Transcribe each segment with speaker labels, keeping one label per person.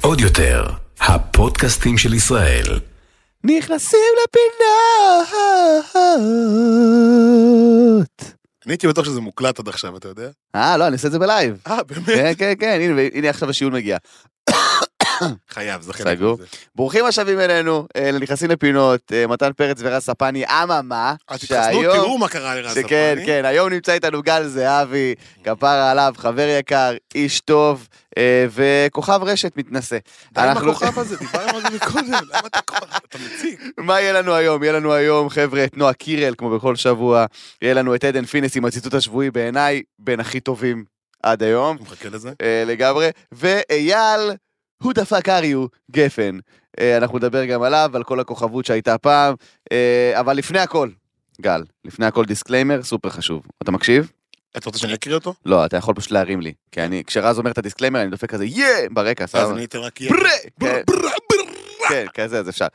Speaker 1: עוד יותר, הפודקאסטים של ישראל.
Speaker 2: נכנסים לפינות.
Speaker 3: אני הייתי בטוח שזה מוקלט עד עכשיו, אתה יודע?
Speaker 2: אה, לא, אני עושה את זה בלייב.
Speaker 3: אה, באמת?
Speaker 2: כן, כן, כן, הנה, הנה עכשיו השיעול מגיע.
Speaker 3: חייב, זה חלק
Speaker 2: סגור.
Speaker 3: מזה.
Speaker 2: ברוכים השבים אלינו, אה, לנכנסים לפינות, אה, מתן פרץ ורס ספני, אממה,
Speaker 3: אז תתחסנו, תראו מה קרה לרז ספני.
Speaker 2: שכן, כן, היום נמצא איתנו גל זהבי, כפרה עליו, חבר יקר, איש טוב, אה, וכוכב רשת מתנשא.
Speaker 3: די עם הכוכב הזה, דיברנו על זה מקודם, למה אתה כוכב? אתה מציק.
Speaker 2: מה יהיה לנו היום? יהיה לנו היום, חבר'ה, את נועה קירל, כמו בכל שבוע. יהיה לנו את עדן פינס עם הציטוט השבועי, בעיניי, בין הכי טובים עד היום,
Speaker 3: אני מחכה לזה.
Speaker 2: אה, לגמרי. ואייל, who the fuck are you, גפן. אה, אנחנו נדבר גם עליו, על כל הכוכבות שהייתה פעם. אה, אבל לפני הכל, גל, לפני הכל דיסקליימר סופר חשוב. אתה מקשיב?
Speaker 3: אתה רוצה שאני אקריא אותו?
Speaker 2: לא, אתה יכול פשוט להרים לי. כי אני, כשרז אומר את הדיסקליימר, אני דופק כזה, יא! ברקע,
Speaker 3: אז
Speaker 2: סבבה?
Speaker 3: אני אתן רק...
Speaker 2: ברה!
Speaker 3: ברה,
Speaker 2: כן.
Speaker 3: ברה, ברה.
Speaker 2: כן, כזה, אז אפשר.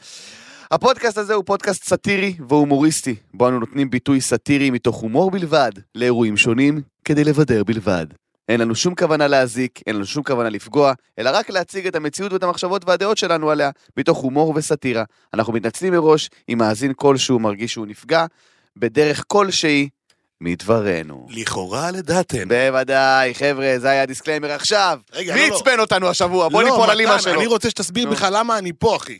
Speaker 2: הפודקאסט הזה הוא פודקאסט סאטירי והומוריסטי, בו אנו נותנים ביטוי סאטירי מתוך הומור בלבד, לאירועים שונים, כדי לבדר בלבד. אין לנו שום כוונה להזיק, אין לנו שום כוונה לפגוע, אלא רק להציג את המציאות ואת המחשבות והדעות שלנו עליה, מתוך הומור וסאטירה. אנחנו מתנצלים מראש אם מאזין כלשהו מרגיש שהוא נפגע, בדרך כלשהי, מדברנו.
Speaker 3: לכאורה לדעתנו.
Speaker 2: בוודאי, חבר'ה, זה היה הדיסקליימר עכשיו.
Speaker 3: כן. רגע,
Speaker 2: מי
Speaker 3: לא, לא.
Speaker 2: עצבן אותנו השבוע? בוא
Speaker 3: לא,
Speaker 2: ניפול על
Speaker 3: מתן,
Speaker 2: אימא שלו.
Speaker 3: אני רוצה שתסביר
Speaker 2: נו.
Speaker 3: בכלל למה אני פה, אחי.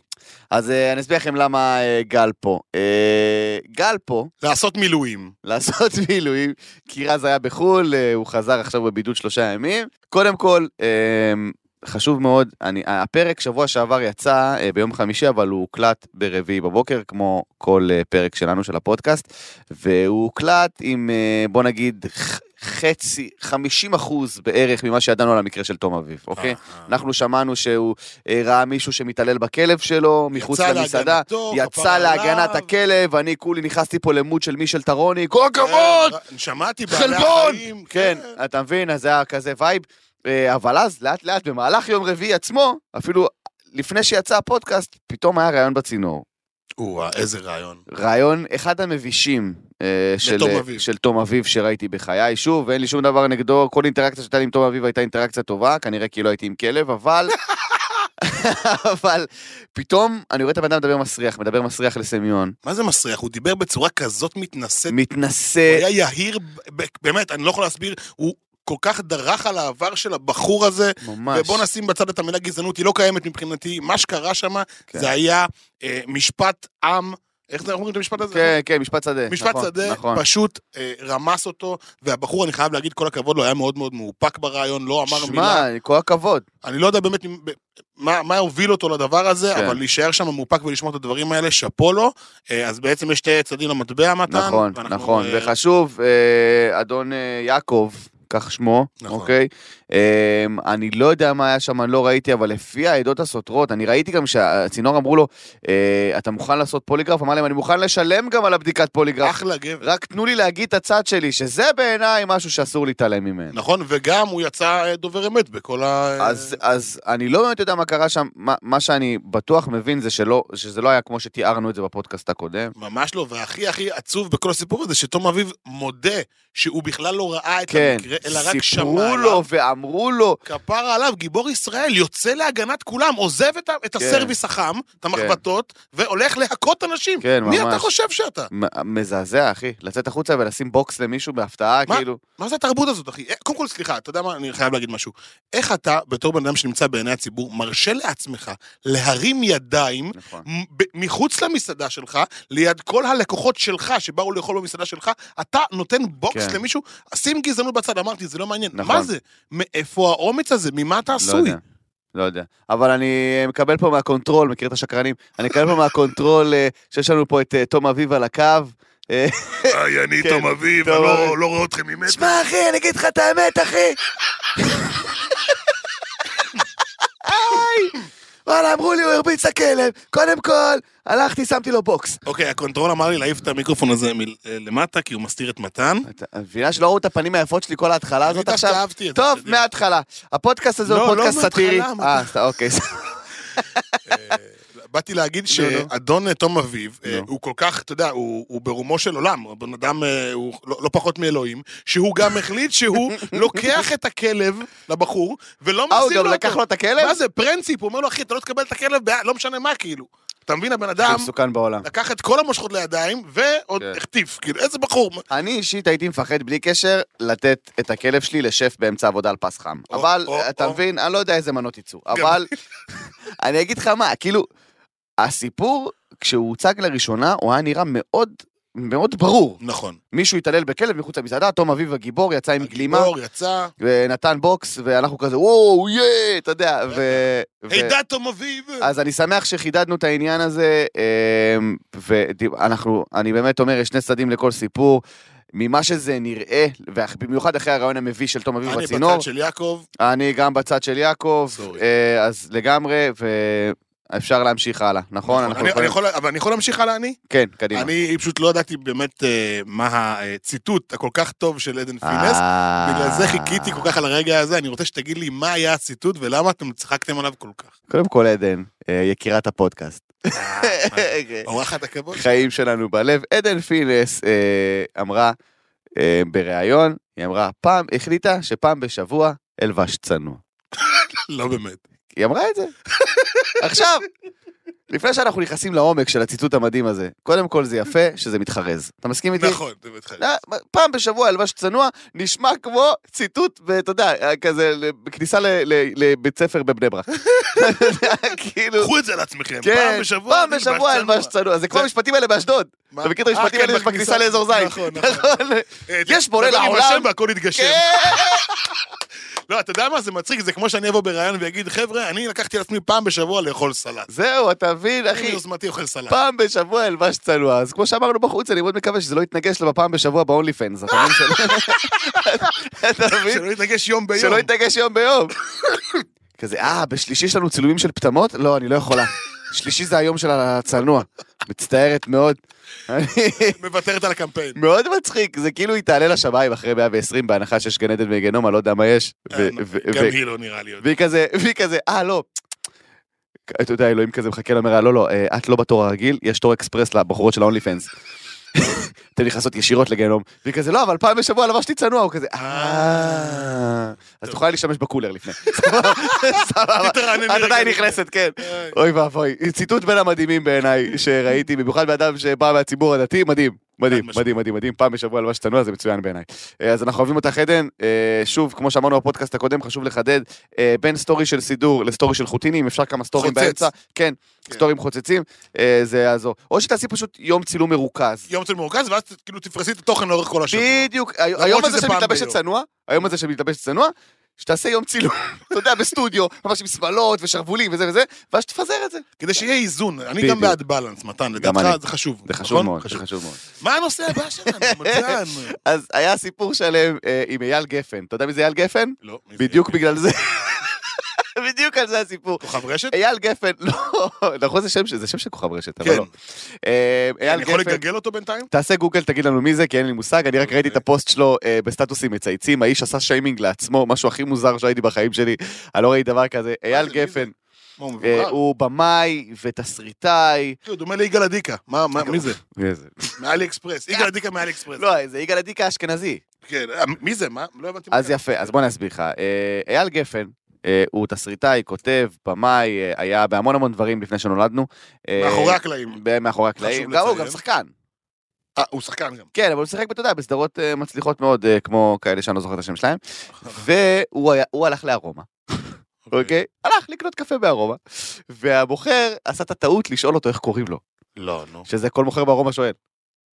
Speaker 2: אז אה, אני אסביר לכם למה אה, גל פה. אה, גל פה
Speaker 3: לעשות מילואים.
Speaker 2: לעשות מילואים, כי רז היה בחו"ל, אה, הוא חזר עכשיו בבידוד שלושה ימים. קודם כל, אה, חשוב מאוד, אני, הפרק שבוע שעבר יצא אה, ביום חמישי, אבל הוא הוקלט ברביעי בבוקר, כמו כל אה, פרק שלנו של הפודקאסט, והוא הוקלט עם, אה, בוא נגיד, ח- חצי, 50 אחוז בערך ממה שידענו על המקרה של תום אביב, אוקיי?
Speaker 3: אה, אה.
Speaker 2: אנחנו שמענו שהוא אה, ראה מישהו שמתעלל בכלב שלו, מחוץ
Speaker 3: יצא
Speaker 2: למסעדה.
Speaker 3: להגנתו,
Speaker 2: יצא
Speaker 3: כפרה
Speaker 2: להגנת
Speaker 3: עליו.
Speaker 2: הכלב, אני כולי נכנסתי פה למוד של מישל טרוני, כל
Speaker 3: כן,
Speaker 2: הכבוד!
Speaker 3: ר- שמעתי בעלי
Speaker 2: חלבון!
Speaker 3: החיים. אה.
Speaker 2: כן, אתה מבין, אז זה היה כזה וייב. אה, אבל אז, לאט לאט, במהלך יום רביעי עצמו, אפילו לפני שיצא הפודקאסט, פתאום היה ראיון בצינור.
Speaker 3: או, אה, איזה רעיון.
Speaker 2: ראיון, אחד המבישים אה, של,
Speaker 3: לתום אביב.
Speaker 2: של תום אביב שראיתי בחיי. שוב, אין לי שום דבר נגדו, כל אינטראקציה שהייתה לי עם תום אביב הייתה אינטראקציה טובה, כנראה כי לא הייתי עם כלב, אבל... אבל פתאום אני רואה את הבן אדם מדבר מסריח, מדבר מסריח לסמיון,
Speaker 3: מה זה מסריח? הוא דיבר בצורה כזאת מתנשאת.
Speaker 2: מתנשא,
Speaker 3: הוא היה יהיר, ב- ב- באמת, אני לא יכול להסביר, הוא כל כך דרך על העבר של הבחור הזה,
Speaker 2: ממש.
Speaker 3: ובוא נשים בצד את המילה גזענות, היא לא קיימת מבחינתי, מה שקרה שם,
Speaker 2: כן.
Speaker 3: זה היה אה, משפט עם, איך זה אומרים את המשפט הזה?
Speaker 2: כן, כן, משפט שדה.
Speaker 3: משפט
Speaker 2: נכון,
Speaker 3: שדה
Speaker 2: נכון.
Speaker 3: פשוט אה, רמס אותו, והבחור, אני חייב להגיד, כל הכבוד לו, היה מאוד מאוד מאופק ברעיון, לא אמר מילה.
Speaker 2: שמע, כל הכבוד.
Speaker 3: אני לא יודע באמת אם- ב- מה, מה הוביל אותו לדבר הזה,
Speaker 2: כן.
Speaker 3: אבל להישאר שם מאופק ולשמוע את הדברים האלה, שאפו לו. אה, אז בעצם יש שתי צדדים למטבע, מתן.
Speaker 2: נכון,
Speaker 3: ואנחנו,
Speaker 2: נכון.
Speaker 3: אה,
Speaker 2: וחשוב, אה, אדון אה, יעקב, כך שמו,
Speaker 3: נכון.
Speaker 2: אוקיי? אה, אני לא יודע מה היה שם, אני לא ראיתי, אבל לפי העדות הסותרות, אני ראיתי גם שהצינור אמרו לו, אה, אתה מוכן לעשות פוליגרף? אמר להם, אני מוכן לשלם גם על הבדיקת פוליגרף.
Speaker 3: אחלה גבר.
Speaker 2: רק תנו לי להגיד את הצד שלי, שזה בעיניי משהו שאסור להתעלם ממנו.
Speaker 3: נכון, וגם הוא יצא אה, דובר אמת בכל ה... אה,
Speaker 2: אז, אז אני לא באמת יודע מה קרה שם, מה, מה שאני בטוח מבין זה שלא, שזה לא היה כמו שתיארנו את זה בפודקאסט הקודם.
Speaker 3: ממש לא, והכי הכי עצוב בכל הסיפור הזה, שתום אביב מודה שהוא בכלל לא ראה את
Speaker 2: כן,
Speaker 3: המקרה, אלא רק שמע
Speaker 2: סיפרו
Speaker 3: עליו.
Speaker 2: לו ואמרו לו,
Speaker 3: כפרה עליו, גיבור ישראל, יוצא להגנת כולם, עוזב את, ה- את
Speaker 2: כן.
Speaker 3: הסרוויס החם, את המחבטות, והולך להכות אנשים.
Speaker 2: כן,
Speaker 3: מי
Speaker 2: ממש.
Speaker 3: אתה חושב שאתה?
Speaker 2: מ- מזעזע, אחי, לצאת החוצה ולשים בוקס למישהו בהפתעה,
Speaker 3: מה?
Speaker 2: כאילו.
Speaker 3: מה זה התרבות הזאת, אחי? אה, קודם כל, סליחה, אתה יודע מה, אני חייב להגיד משהו. איך אתה, בתור בן אדם שנמצא בעיני הציבור, מרשה לעצמך להרים ידיים
Speaker 2: נכון.
Speaker 3: מ- ב- מחוץ למסעדה שלך, ליד כל הלקוחות שלך שבאו לאכול במסעדה שלך, אתה נותן בוקס
Speaker 2: כן.
Speaker 3: למישהו, שים גזענות בצד, אמרתי, זה לא מעניין.
Speaker 2: נכון.
Speaker 3: מה זה? מאיפה האומץ הזה? ממה אתה
Speaker 2: לא
Speaker 3: עשוי?
Speaker 2: יודע, לא יודע. אבל אני מקבל פה מהקונטרול, מכיר את השקרנים? אני מקבל פה מהקונטרול אה, שיש לנו פה את אה, תום אביב על הקו. אה,
Speaker 3: היי, אני
Speaker 2: כן, תום אביב, תום אני לא- אביב.
Speaker 3: רואה אתכם ממטר.
Speaker 2: שמע, אחי, אני אגיד לך את האמת, אחי. היי. וואלה, אמרו לי, הוא הרביץ לכלב. קודם כל, הלכתי, שמתי לו בוקס.
Speaker 3: אוקיי, הקונטרול אמר לי להעיף את המיקרופון הזה מ- אה, למטה, כי הוא מסתיר את מתן.
Speaker 2: אתה מבינה שלא ראו את הפנים היפות שלי כל ההתחלה
Speaker 3: אני
Speaker 2: הזאת
Speaker 3: דווקא
Speaker 2: עכשיו?
Speaker 3: אהבתי את זה,
Speaker 2: טוב,
Speaker 3: אתה יודע.
Speaker 2: מההתחלה. הפודקאסט הזה הוא אה,
Speaker 3: לא, לא
Speaker 2: פודקאסט
Speaker 3: מההתחלה,
Speaker 2: סאטירי.
Speaker 3: מה
Speaker 2: אה, אוקיי.
Speaker 3: אה, באתי להגיד
Speaker 2: נו, נו.
Speaker 3: שאדון תום אביב,
Speaker 2: נו.
Speaker 3: אה, הוא כל כך, אתה יודע, הוא הוא ברומו של עולם, הבן אדם אה, הוא לא לא פחות מאלוהים, שהוא גם החליט שהוא לוקח את הכלב לבחור, ולא
Speaker 2: אה, הוא
Speaker 3: מחזיר
Speaker 2: גם
Speaker 3: לו
Speaker 2: לקח לו
Speaker 3: אותו.
Speaker 2: את הכלב?
Speaker 3: לא מה זה, פרנציפ, הוא אומר לו, אחי, אתה לא תקבל את הכלב, בע- לא משנה מה, כאילו. אתה מבין, הבן
Speaker 2: הכי
Speaker 3: אדם
Speaker 2: מסוכן בעולם.
Speaker 3: לקח את כל המושכות לידיים, ועוד
Speaker 2: כן.
Speaker 3: החטיף, כאילו, איזה בחור.
Speaker 2: אני אישית הייתי מפחד בלי קשר לתת את הכלב שלי לשף באמצע עבודה על פס חם.
Speaker 3: או,
Speaker 2: אבל,
Speaker 3: או,
Speaker 2: אתה
Speaker 3: או.
Speaker 2: מבין, אני לא יודע איזה מנות ייצור.
Speaker 3: גם.
Speaker 2: אבל, אני אגיד לך מה, כאילו, הסיפור, כשהוא הוצג לראשונה, הוא היה נראה מאוד, מאוד ברור.
Speaker 3: נכון.
Speaker 2: מישהו התעלל בכלב מחוץ למסעדה, תום אביב הגיבור יצא עם גלימה,
Speaker 3: הגיבור יצא,
Speaker 2: ונתן בוקס, ואנחנו כזה, וואו, יא, אתה יודע, ו... ו- אה,
Speaker 3: הידע תום אביב.
Speaker 2: אז אני שמח שחידדנו את העניין הזה, אמ, ואנחנו, אני באמת אומר, יש שני צדדים לכל סיפור. ממה שזה נראה, ובמיוחד אחרי הרעיון המביש של תום אביב
Speaker 3: אני
Speaker 2: בצינור,
Speaker 3: בצד של יעקב,
Speaker 2: אני גם בצד של יעקב,
Speaker 3: סורי.
Speaker 2: אה, אז לגמרי, ואפשר להמשיך הלאה, נכון? אנחנו
Speaker 3: אני- אני
Speaker 2: יכולים-
Speaker 3: יכול- אבל אני יכול להמשיך הלאה, אני?
Speaker 2: כן, קדימה.
Speaker 3: אני פשוט לא ידעתי באמת אה, מה הציטוט הכל כך טוב של עדן פינס.
Speaker 2: אה.
Speaker 3: בגלל זה חיכיתי כל כך על הרגע הזה, אני רוצה שתגיד לי מה היה הציטוט ולמה אתם צחקתם עליו כל כך.
Speaker 2: קודם כל, עדן, אה, יקירת הפודקאסט.
Speaker 3: אה,
Speaker 2: כן. אה.
Speaker 3: אורחת הכבוד.
Speaker 2: חיים שלנו בלב. עדן פינס אה, אמרה אה, בריאיון, היא אמרה, פעם, החליטה שפעם בשבוע אלבש צנוע.
Speaker 3: לא באמת.
Speaker 2: היא אמרה את זה. עכשיו, לפני שאנחנו נכנסים לעומק של הציטוט המדהים הזה, קודם כל זה יפה שזה מתחרז. אתה מסכים איתי?
Speaker 3: נכון, זה מתחיל.
Speaker 2: לא, פעם בשבוע אלבש צנוע נשמע כמו ציטוט, ואתה יודע, אה, כזה בכניסה ל- ל- לבית ספר בבני ברק. אתה יודע, כאילו...
Speaker 3: קחו את זה על עצמכם,
Speaker 2: כן,
Speaker 3: פעם בשבוע.
Speaker 2: פעם בשבוע אלבש צנוע, זה כמו
Speaker 3: זה-
Speaker 2: המשפטים האלה באשדוד.
Speaker 3: מה?
Speaker 2: אתה מכיר את המשפטים
Speaker 3: אה, כן,
Speaker 2: האלה בכניסה לאזור זין?
Speaker 3: נכון, נכון.
Speaker 2: נכון.
Speaker 3: אה,
Speaker 2: יש בורא
Speaker 3: תדבר עם
Speaker 2: לעולם.
Speaker 3: השם והכל יתגשם.
Speaker 2: כן.
Speaker 3: לא, אתה יודע מה? זה מצחיק, זה כמו שאני אבוא בראיון ויגיד, חבר'ה, אני לקחתי על עצמי פעם בשבוע לאכול סלט.
Speaker 2: זהו, אתה מבין,
Speaker 3: אני
Speaker 2: אחי?
Speaker 3: מיוזמתי אוכל סלט.
Speaker 2: פעם בשבוע אלבש צנוע, אז כמו שאמרנו בחוץ, אני מאוד מקווה שזה לא יתנגש לו בפעם בשבוע ב-only fans, אתה מבין? שלא- אתה מבין?
Speaker 3: שלא יתנגש יום ביום.
Speaker 2: שלא יתנגש יום ביום. כזה, אה, בשלישי יש לנו צילומים של פטמות? לא, אני לא יכולה. שלישי זה היום של הצנוע. מצטערת מאוד. אני-
Speaker 3: מוותרת על הקמפיין.
Speaker 2: מאוד מצחיק, זה כאילו היא תעלה לשמיים אחרי 120 בהנחה שיש גן עדן וגיהנום, אני לא יודע מה יש. ו-
Speaker 3: אה,
Speaker 2: ו-
Speaker 3: גם
Speaker 2: ו-
Speaker 3: היא לא נראה לי. עוד.
Speaker 2: והיא כזה, והיא כזה, אה לא. אתה יודע, אלוהים כזה מחכה לה, אומר לה, לא, לא, אה, את לא בתור הרגיל, יש תור אקספרס לבחורות של ההונלי פנס. אתן נכנסות ישירות לגיהנום. והיא כזה, לא, אבל פעם בשבוע לבשתי צנוע, הוא כזה, אה... אז את יכולה להשתמש בקולר לפני. סבבה, סבבה.
Speaker 3: תתרענני
Speaker 2: את
Speaker 3: רגע
Speaker 2: עדיין
Speaker 3: לפני.
Speaker 2: נכנסת, כן.
Speaker 3: איי.
Speaker 2: אוי ואבוי. ציטוט בין המדהימים בעיניי שראיתי, במיוחד מאדם שבא מהציבור הדתי, מדהים. מדהים,
Speaker 3: חד משמעית.
Speaker 2: מדהים, מדהים, מדהים. פעם בשבוע לבש תנוע, זה מצוין בעיניי. אה, אז אנחנו אוהבים אותך, עדן. אה, שוב, כמו שאמרנו בפודקאסט הקודם, חשוב לחדד, אה, בין סטורי של סידור לסטורי של חוטינים, אפשר כמה סטורים
Speaker 3: חוצץ.
Speaker 2: באמצע. כן,
Speaker 3: כן.
Speaker 2: סטורים חוצצים, אה, זה יעזור. או שתעשי פשוט יום צילום מרוכז.
Speaker 3: יום אצל מורכז, ואז כאילו תפרסי את התוכן לאורך כל השבוע.
Speaker 2: בדיוק, ה- היום הזה
Speaker 3: שזה פעם
Speaker 2: שמתלבשת
Speaker 3: ביום.
Speaker 2: צנוע, היום הזה שמתלבשת צנוע, שתעשה יום צילום, אתה יודע, בסטודיו, ממש עם שמלות ושרוולים וזה וזה, ואז תפזר את זה.
Speaker 3: כדי שיהיה איזון. אני
Speaker 2: בדיוק.
Speaker 3: גם בעד בלנס, מתן,
Speaker 2: אני.
Speaker 3: לדעתך זה חשוב.
Speaker 2: זה חשוב
Speaker 3: נכון?
Speaker 2: מאוד, זה חשוב מאוד.
Speaker 3: מה הנושא הבא שלנו, מתן?
Speaker 2: אז היה סיפור שלם אה, עם אייל גפן. אתה יודע מי זה אייל גפן?
Speaker 3: לא, מי זה?
Speaker 2: בדיוק בגלל זה. בדיוק על זה הסיפור.
Speaker 3: כוכב רשת?
Speaker 2: אייל גפן, לא, נכון זה שם, זה שם של כוכב רשת, אה, אבל
Speaker 3: כן.
Speaker 2: לא. אה, אייל
Speaker 3: אני יכול אוקיי.
Speaker 2: גפן,
Speaker 3: לגגל אותו בינתיים?
Speaker 2: תעשה גוגל, תגיד לנו מי זה, כי אין לי מושג, אני רק ראיתי את הפוסט שלו אה, בסטטוסים מצייצים, האיש עשה שיימינג לעצמו, משהו הכי מוזר שראיתי בחיים שלי, אני לא ראיתי דבר כזה. אייל
Speaker 3: זה, מי
Speaker 2: גפן,
Speaker 3: מה, הוא
Speaker 2: אה,
Speaker 3: מבוגר?
Speaker 2: הוא במאי ותסריטאי.
Speaker 3: הוא דומה ליגאל עדיקה. מה, מה- מי זה?
Speaker 2: מי זה?
Speaker 3: מאלי אקספרס. יגאל עדיקה מאלי אקספרס.
Speaker 2: לא, זה יגאל עדיקה אשכנזי.
Speaker 3: כן, אה, מי זה? מה? לא הבנתי. מה
Speaker 2: אז
Speaker 3: זה.
Speaker 2: יפה, אז בוא אני אסביר לך. אה, אייל גפן אה, הוא תסריטאי, כותב, במאי, אה, היה בהמון המון דברים לפני שנולדנו. אה,
Speaker 3: מאחורי הקלעים.
Speaker 2: ב- מאחורי הקלעים.
Speaker 3: חשוב
Speaker 2: גם הוא
Speaker 3: לציין.
Speaker 2: גם שחקן.
Speaker 3: אה, הוא שחקן גם.
Speaker 2: כן, אבל הוא שיחק, אתה יודע, בסדרות אה, מצליחות מאוד, אה, כמו כאלה שאני לא זוכר את השם שלהם. והוא היה- הוא הלך לארומה, אוקיי? הלך לקנות קפה בארומה. והמוכר עשה את הטעות לשאול אותו איך קוראים לו.
Speaker 3: לא, נו.
Speaker 2: שזה כל מוכר בארומה שואל.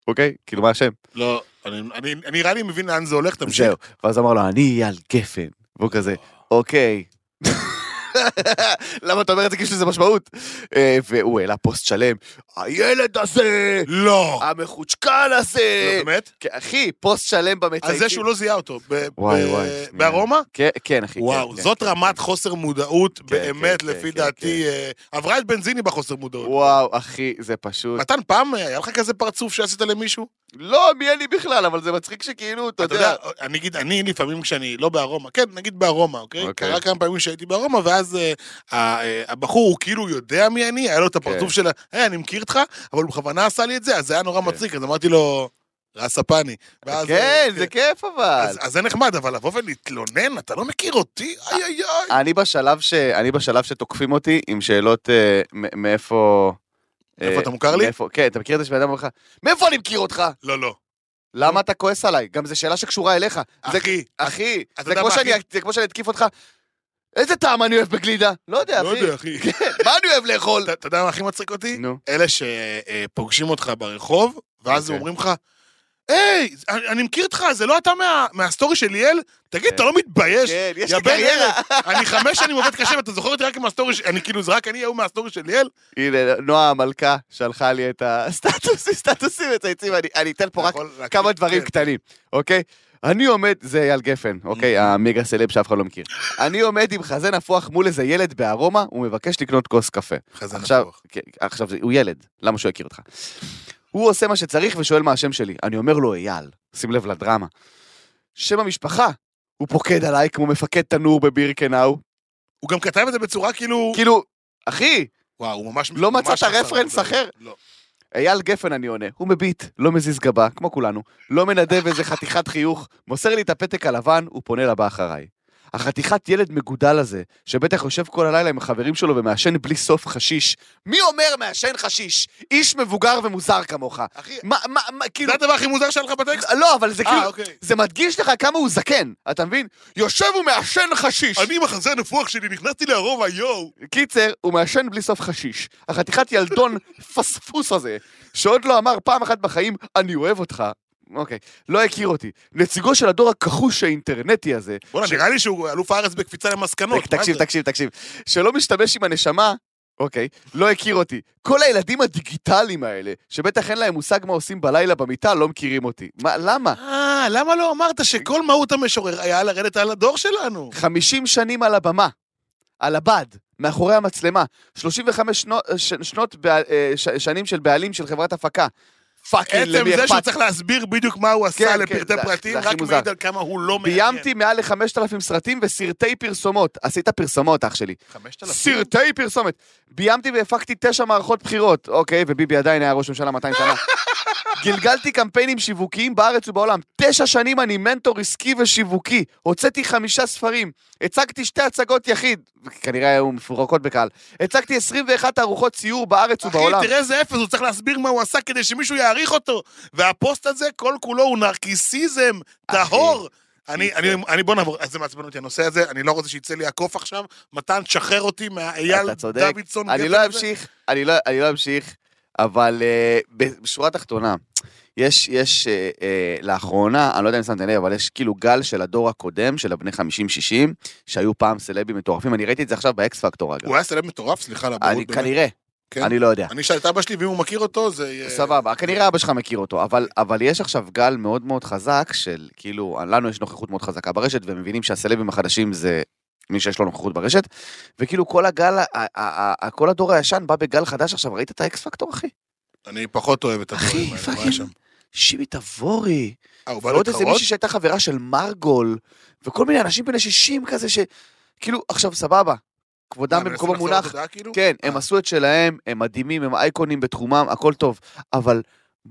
Speaker 2: אוקיי? כאילו, מה השם?
Speaker 3: לא, אני- אני אני נראה לי מבין לאן זה הולך, תמשיך.
Speaker 2: זהו. ואז אמר לו, אני אייל גפן. והוא כזה, אוקיי. למה אתה אומר את זה כאילו שזה משמעות? אה, והוא העלה פוסט שלם, הילד הזה,
Speaker 3: לא.
Speaker 2: אה, המחוצ'קל הזה.
Speaker 3: לא, באמת?
Speaker 2: כן, אחי, פוסט שלם במצייצים.
Speaker 3: על זה שהוא לא זיהה אותו. ב-
Speaker 2: וואי,
Speaker 3: ב-
Speaker 2: וואי, שנייה.
Speaker 3: בארומה?
Speaker 2: כן, כן, אחי.
Speaker 3: וואו,
Speaker 2: כן,
Speaker 3: זאת
Speaker 2: כן.
Speaker 3: רמת חוסר מודעות באמת,
Speaker 2: כן,
Speaker 3: לפי
Speaker 2: כן,
Speaker 3: דעתי, אה, עברה את בנזיני בחוסר מודעות.
Speaker 2: וואו, אחי, זה פשוט...
Speaker 3: מתן, פעם אה, היה לך כזה פרצוף שעשית למישהו?
Speaker 2: לא, מי אני בכלל, אבל זה מצחיק שכאילו, אתה
Speaker 3: אתה יודע, אה,
Speaker 2: יודע...
Speaker 3: אני אגיד, אני לפעמים כשאני לא בארומה, כן, נגיד בארומה, אוקיי?
Speaker 2: אוקיי.
Speaker 3: קרה כמה פעמים שהייתי בארומה, ואז אה, ה- אה, הבחור, הוא כאילו יודע מי אני, היה לו את
Speaker 2: כן.
Speaker 3: הפרצוף של ה... היי, אני מכיר אותך, אבל הוא בכוונה עשה לי את זה, אז זה היה נורא
Speaker 2: כן.
Speaker 3: מצחיק, אז אמרתי לו, ראסה פאני. ואז,
Speaker 2: כן,
Speaker 3: אה,
Speaker 2: זה כיף אבל.
Speaker 3: אז אז זה נחמד, אבל לבוא ולהתלונן, אתה לא מכיר אותי? איי איי איי.
Speaker 2: אני בשלב ש... אני בשלב שתוקפים אותי עם שאלות אה, מ- מאיפה...
Speaker 3: מאיפה
Speaker 2: אה,
Speaker 3: אתה מוכר לי?
Speaker 2: מאיפה- כן, אתה מכיר את זה שבן אדם אומר לך, מאיפה אני מכיר אותך?
Speaker 3: לא, לא.
Speaker 2: למה אתה כועס עליי? גם זו שאלה שקשורה אליך. זה-
Speaker 3: אחי,
Speaker 2: אחי,
Speaker 3: אתה
Speaker 2: זה
Speaker 3: יודע
Speaker 2: כמו
Speaker 3: מה,
Speaker 2: שאני-
Speaker 3: אחי?
Speaker 2: זה כמו שאני אתקיף אותך, איזה טעם אני אוהב בגלידה? לא יודע,
Speaker 3: לא
Speaker 2: אחי.
Speaker 3: יודע, אחי.
Speaker 2: מה אני אוהב לאכול?
Speaker 3: אתה- אתה יודע מה הכי מצחיק אותי?
Speaker 2: נו.
Speaker 3: אלה שפוגשים אותך ברחוב, ואז הם
Speaker 2: אוקיי.
Speaker 3: אומרים לך, היי, אני אני מכיר אותך, זה לא אתה מה- מהסטורי של ליאל? תגיד, אתה לא מתבייש?
Speaker 2: כן, יש
Speaker 3: יא
Speaker 2: לי
Speaker 3: בן
Speaker 2: קריירה.
Speaker 3: ארז, אני חמש שנים עובד קשה, ואתה זוכר אותי רק מהסטורי של... אני כאילו, זה רק אני ההוא מהסטורי של ליאל?
Speaker 2: הנה, נועה המלכה שלחה לי את הסטטוסים, סטטוסים מצייצים, אני- אני אתן פה
Speaker 3: אתה
Speaker 2: רק
Speaker 3: יכול להקליט,
Speaker 2: כמה דברים
Speaker 3: כן.
Speaker 2: קטנים, אוקיי? אני עומד, זה אייל גפן,
Speaker 3: Mm-hmm.
Speaker 2: אוקיי? המגה סלב שאף אחד לא מכיר. אני עומד עם חזה נפוח מול איזה ילד בארומה, הוא מבקש לקנות כוס קפה.
Speaker 3: חזן
Speaker 2: עכשיו,
Speaker 3: הפוך.
Speaker 2: כן, עכשיו, זה- הוא ילד, למה שהוא יכיר אותך? הוא עושה מה שצריך ושואל מה השם שלי. אני אומר לו, אייל, שים לב לדרמה. שם המשפחה, הוא פוקד עליי כמו מפקד תנור בבירקנאו.
Speaker 3: הוא גם כתב את זה בצורה כאילו...
Speaker 2: כאילו, אחי,
Speaker 3: וואו, הוא ממש...
Speaker 2: לא
Speaker 3: ממש
Speaker 2: מצאת
Speaker 3: עשה את זה.
Speaker 2: רפרנס אחר?
Speaker 3: לא.
Speaker 2: אייל גפן אני עונה, הוא מביט, לא מזיז גבה, כמו כולנו, לא מנדב איזה חתיכת חיוך, מוסר לי את הפתק הלבן, הוא פונה לבא אחריי. החתיכת ילד מגודל הזה, שבטח יושב כל הלילה עם החברים שלו ומעשן בלי סוף חשיש, מי אומר מעשן חשיש? איש מבוגר ומוזר כמוך.
Speaker 3: אחי,
Speaker 2: מה, מה, מה, כאילו...
Speaker 3: זה הדבר הכי מוזר שהיה לך בטקסט?
Speaker 2: לא, אבל זה כאילו...
Speaker 3: אה, אוקיי.
Speaker 2: זה מדגיש לך כמה הוא זקן, אתה מבין? יושב ומעשן חשיש.
Speaker 3: אני עם החזה הנפוח שלי, נכנסתי לארומה, יואו.
Speaker 2: קיצר, הוא מעשן בלי סוף חשיש. החתיכת ילדון פספוס הזה, שעוד לא אמר פעם אחת בחיים, אני אוהב אותך. אוקיי, לא הכיר אותי. נציגו של הדור הכחוש האינטרנטי הזה,
Speaker 3: בוא'נה, נראה לי שהוא אלוף הארץ בקפיצה למסקנות. מה
Speaker 2: תקשיב,
Speaker 3: זה?
Speaker 2: תקשיב, תקשיב, שלא משתמש עם הנשמה, אוקיי, לא הכיר אותי. כל הילדים הדיגיטליים האלה, שבטח אין להם מושג מה עושים בלילה במיטה, לא מכירים אותי. מה, למה?
Speaker 3: אה, למה לא אמרת שכל מהות המשורר היה לרדת על הדור שלנו?
Speaker 2: 50 שנים על הבמה, על הבד, מאחורי המצלמה, 35 שנות, ש, שנות בעל, אה, ש, שנים של בעלים של חברת הפקה. פאקינג,
Speaker 3: עצם
Speaker 2: כן, למי
Speaker 3: זה שהוא
Speaker 2: אכפת?
Speaker 3: צריך להסביר בדיוק מה הוא
Speaker 2: כן,
Speaker 3: עשה
Speaker 2: כן,
Speaker 3: לפרטי
Speaker 2: זה הכי-
Speaker 3: פרטים,
Speaker 2: זה הכי
Speaker 3: רק
Speaker 2: מוזר.
Speaker 3: מעיד על כמה הוא לא מעניין.
Speaker 2: ביימתי מעל ל-5,000 סרטים וסרטי פרסומות. עשית פרסומות, אח שלי.
Speaker 3: 5,000?
Speaker 2: סרטי פרסומת. ביימתי והפקתי תשע מערכות בחירות. אוקיי, וביבי עדיין היה ראש ממשלה 200 שנה. גלגלתי קמפיינים שיווקיים בארץ ובעולם. תשע שנים אני מנטור עסקי ושיווקי. הוצאתי חמישה ספרים. הצגתי שתי הצגות יחיד. כנראה היו מפורקות בקהל. הצגתי 21 תערוכות ציור בארץ
Speaker 3: אחי,
Speaker 2: ובעולם.
Speaker 3: תראה איזה אפס, הוא צריך להסביר מה הוא עשה כדי שמישהו יעריך אותו. והפוסט הזה, כל כולו הוא נרקיסיזם טהור. אני, אני, אני, בוא נעבור, אז זה מעצבן אותי הנושא הזה, אני לא רוצה שיצא לי הקוף עכשיו. מתן, תשחרר אותי מהאייל
Speaker 2: אתה צודק.
Speaker 3: דוידסון.
Speaker 2: אני
Speaker 3: גפן
Speaker 2: לא
Speaker 3: הזה.
Speaker 2: אמשיך, אני לא, אני לא אמשיך, אבל אה, בשורה התחתונה, יש, יש אה, אה, לאחרונה, אני לא יודע אם שמתם לב, אבל יש כאילו גל של הדור הקודם, של הבני 50-60, שהיו פעם סלבים מטורפים, אני ראיתי את זה עכשיו באקס פקטור אגב.
Speaker 3: הוא היה סלב מטורף, סליחה על הבורות.
Speaker 2: אני
Speaker 3: באמת.
Speaker 2: כנראה,
Speaker 3: כן?
Speaker 2: אני לא יודע.
Speaker 3: אני אשאל את אבא שלי, ואם הוא מכיר אותו, זה... יהיה-
Speaker 2: סבבה, כנראה אבא שלך מכיר אותו, אבל, אבל יש עכשיו גל מאוד מאוד חזק של כאילו, לנו יש נוכחות מאוד חזקה ברשת, והם מבינים שהסלבים החדשים זה מי שיש לו נוכחות ברשת, וכאילו כל הגל, ה- ה- ה- ה- כל הדור הישן בא בגל חדש עכשיו, ראית את האקס פקטור אחי?
Speaker 3: אני פחות אוהב את הדברים
Speaker 2: אחי,
Speaker 3: האלה, הוא היה
Speaker 2: פאקינג
Speaker 3: שם.
Speaker 2: שימי תבורי,
Speaker 3: אה, הוא בא
Speaker 2: ועוד איזה
Speaker 3: להתחרות?
Speaker 2: מישהי שהייתה חברה של מרגול, וכל מיני אנשים בני 60 כזה ש... כאילו, עכשיו סבבה,
Speaker 3: מה,
Speaker 2: כבודם
Speaker 3: מנסים
Speaker 2: במקום
Speaker 3: לחזור
Speaker 2: המונח,
Speaker 3: לתודעה, כאילו?
Speaker 2: כן, הם
Speaker 3: אה.
Speaker 2: עשו את שלהם, הם מדהימים, הם אייקונים בתחומם, הכל טוב. אבל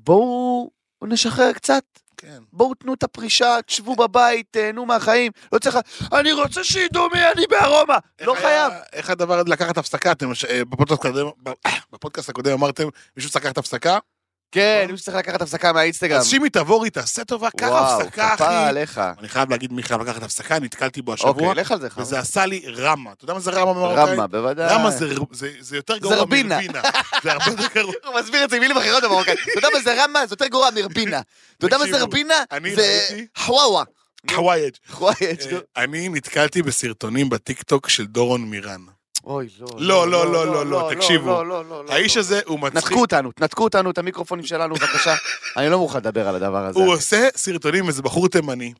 Speaker 2: בואו נשחרר קצת,
Speaker 3: כן.
Speaker 2: בואו תנו את הפרישה, תשבו בבית, תהנו מהחיים. לא צריך, אני רוצה שידעו מי אני בארומה! לא
Speaker 3: איך היה-
Speaker 2: חייב.
Speaker 3: איך הדבר הזה לקחת הפסקה? אתם, ש- אה, בפודקאסט הקודם- ב- בפודקאסט הקודם אמרתם, מישהו צריך לקחת הפסקה?
Speaker 2: כן, מישהו שצריך לקחת הפסקה מהאינסטגרם.
Speaker 3: אז שימי תבורי, תעשה טובה, קח
Speaker 2: וואו,
Speaker 3: הפסקה,
Speaker 2: כפה
Speaker 3: אחי.
Speaker 2: עליך.
Speaker 3: אני חייב להגיד מי חייב לקחת הפסקה, נתקלתי בו השבוע,
Speaker 2: אוקיי, לך על זה, חבר.
Speaker 3: וזה עשה לי רמה. אתה יודע מה זה רמה במרוקאית?
Speaker 2: רמה, בוודאי.
Speaker 3: רמה זה ר- זה- זה יותר גרוע
Speaker 2: רבינה.
Speaker 3: מרבינה. זה הרבה יותר גרוע.
Speaker 2: הוא מסביר את זה עם מילים אחרות במרוקאית. אתה יודע מה זה רמה? זה יותר גרוע מרבינה. אתה יודע מה זה
Speaker 3: תקשיבו,
Speaker 2: רבינה?
Speaker 3: אני
Speaker 2: זה
Speaker 3: ראיתי-
Speaker 2: חוואווה.
Speaker 3: חווייג'.
Speaker 2: חוואיה, יש לו-
Speaker 3: אה, אני נתקלתי בסרטונים בטיקטוק של דורון מירן.
Speaker 2: אוי,
Speaker 3: לא, לא, לא, לא, לא, תקשיבו.
Speaker 2: לא, לא, לא, לא,
Speaker 3: האיש
Speaker 2: לא.
Speaker 3: הזה הוא מצחיק.
Speaker 2: נתקו אותנו, נתקו אותנו את המיקרופונים שלנו, בבקשה. אני לא מוכן לדבר על הדבר הזה.
Speaker 3: הוא עושה סרטונים עם איזה בחור תימני.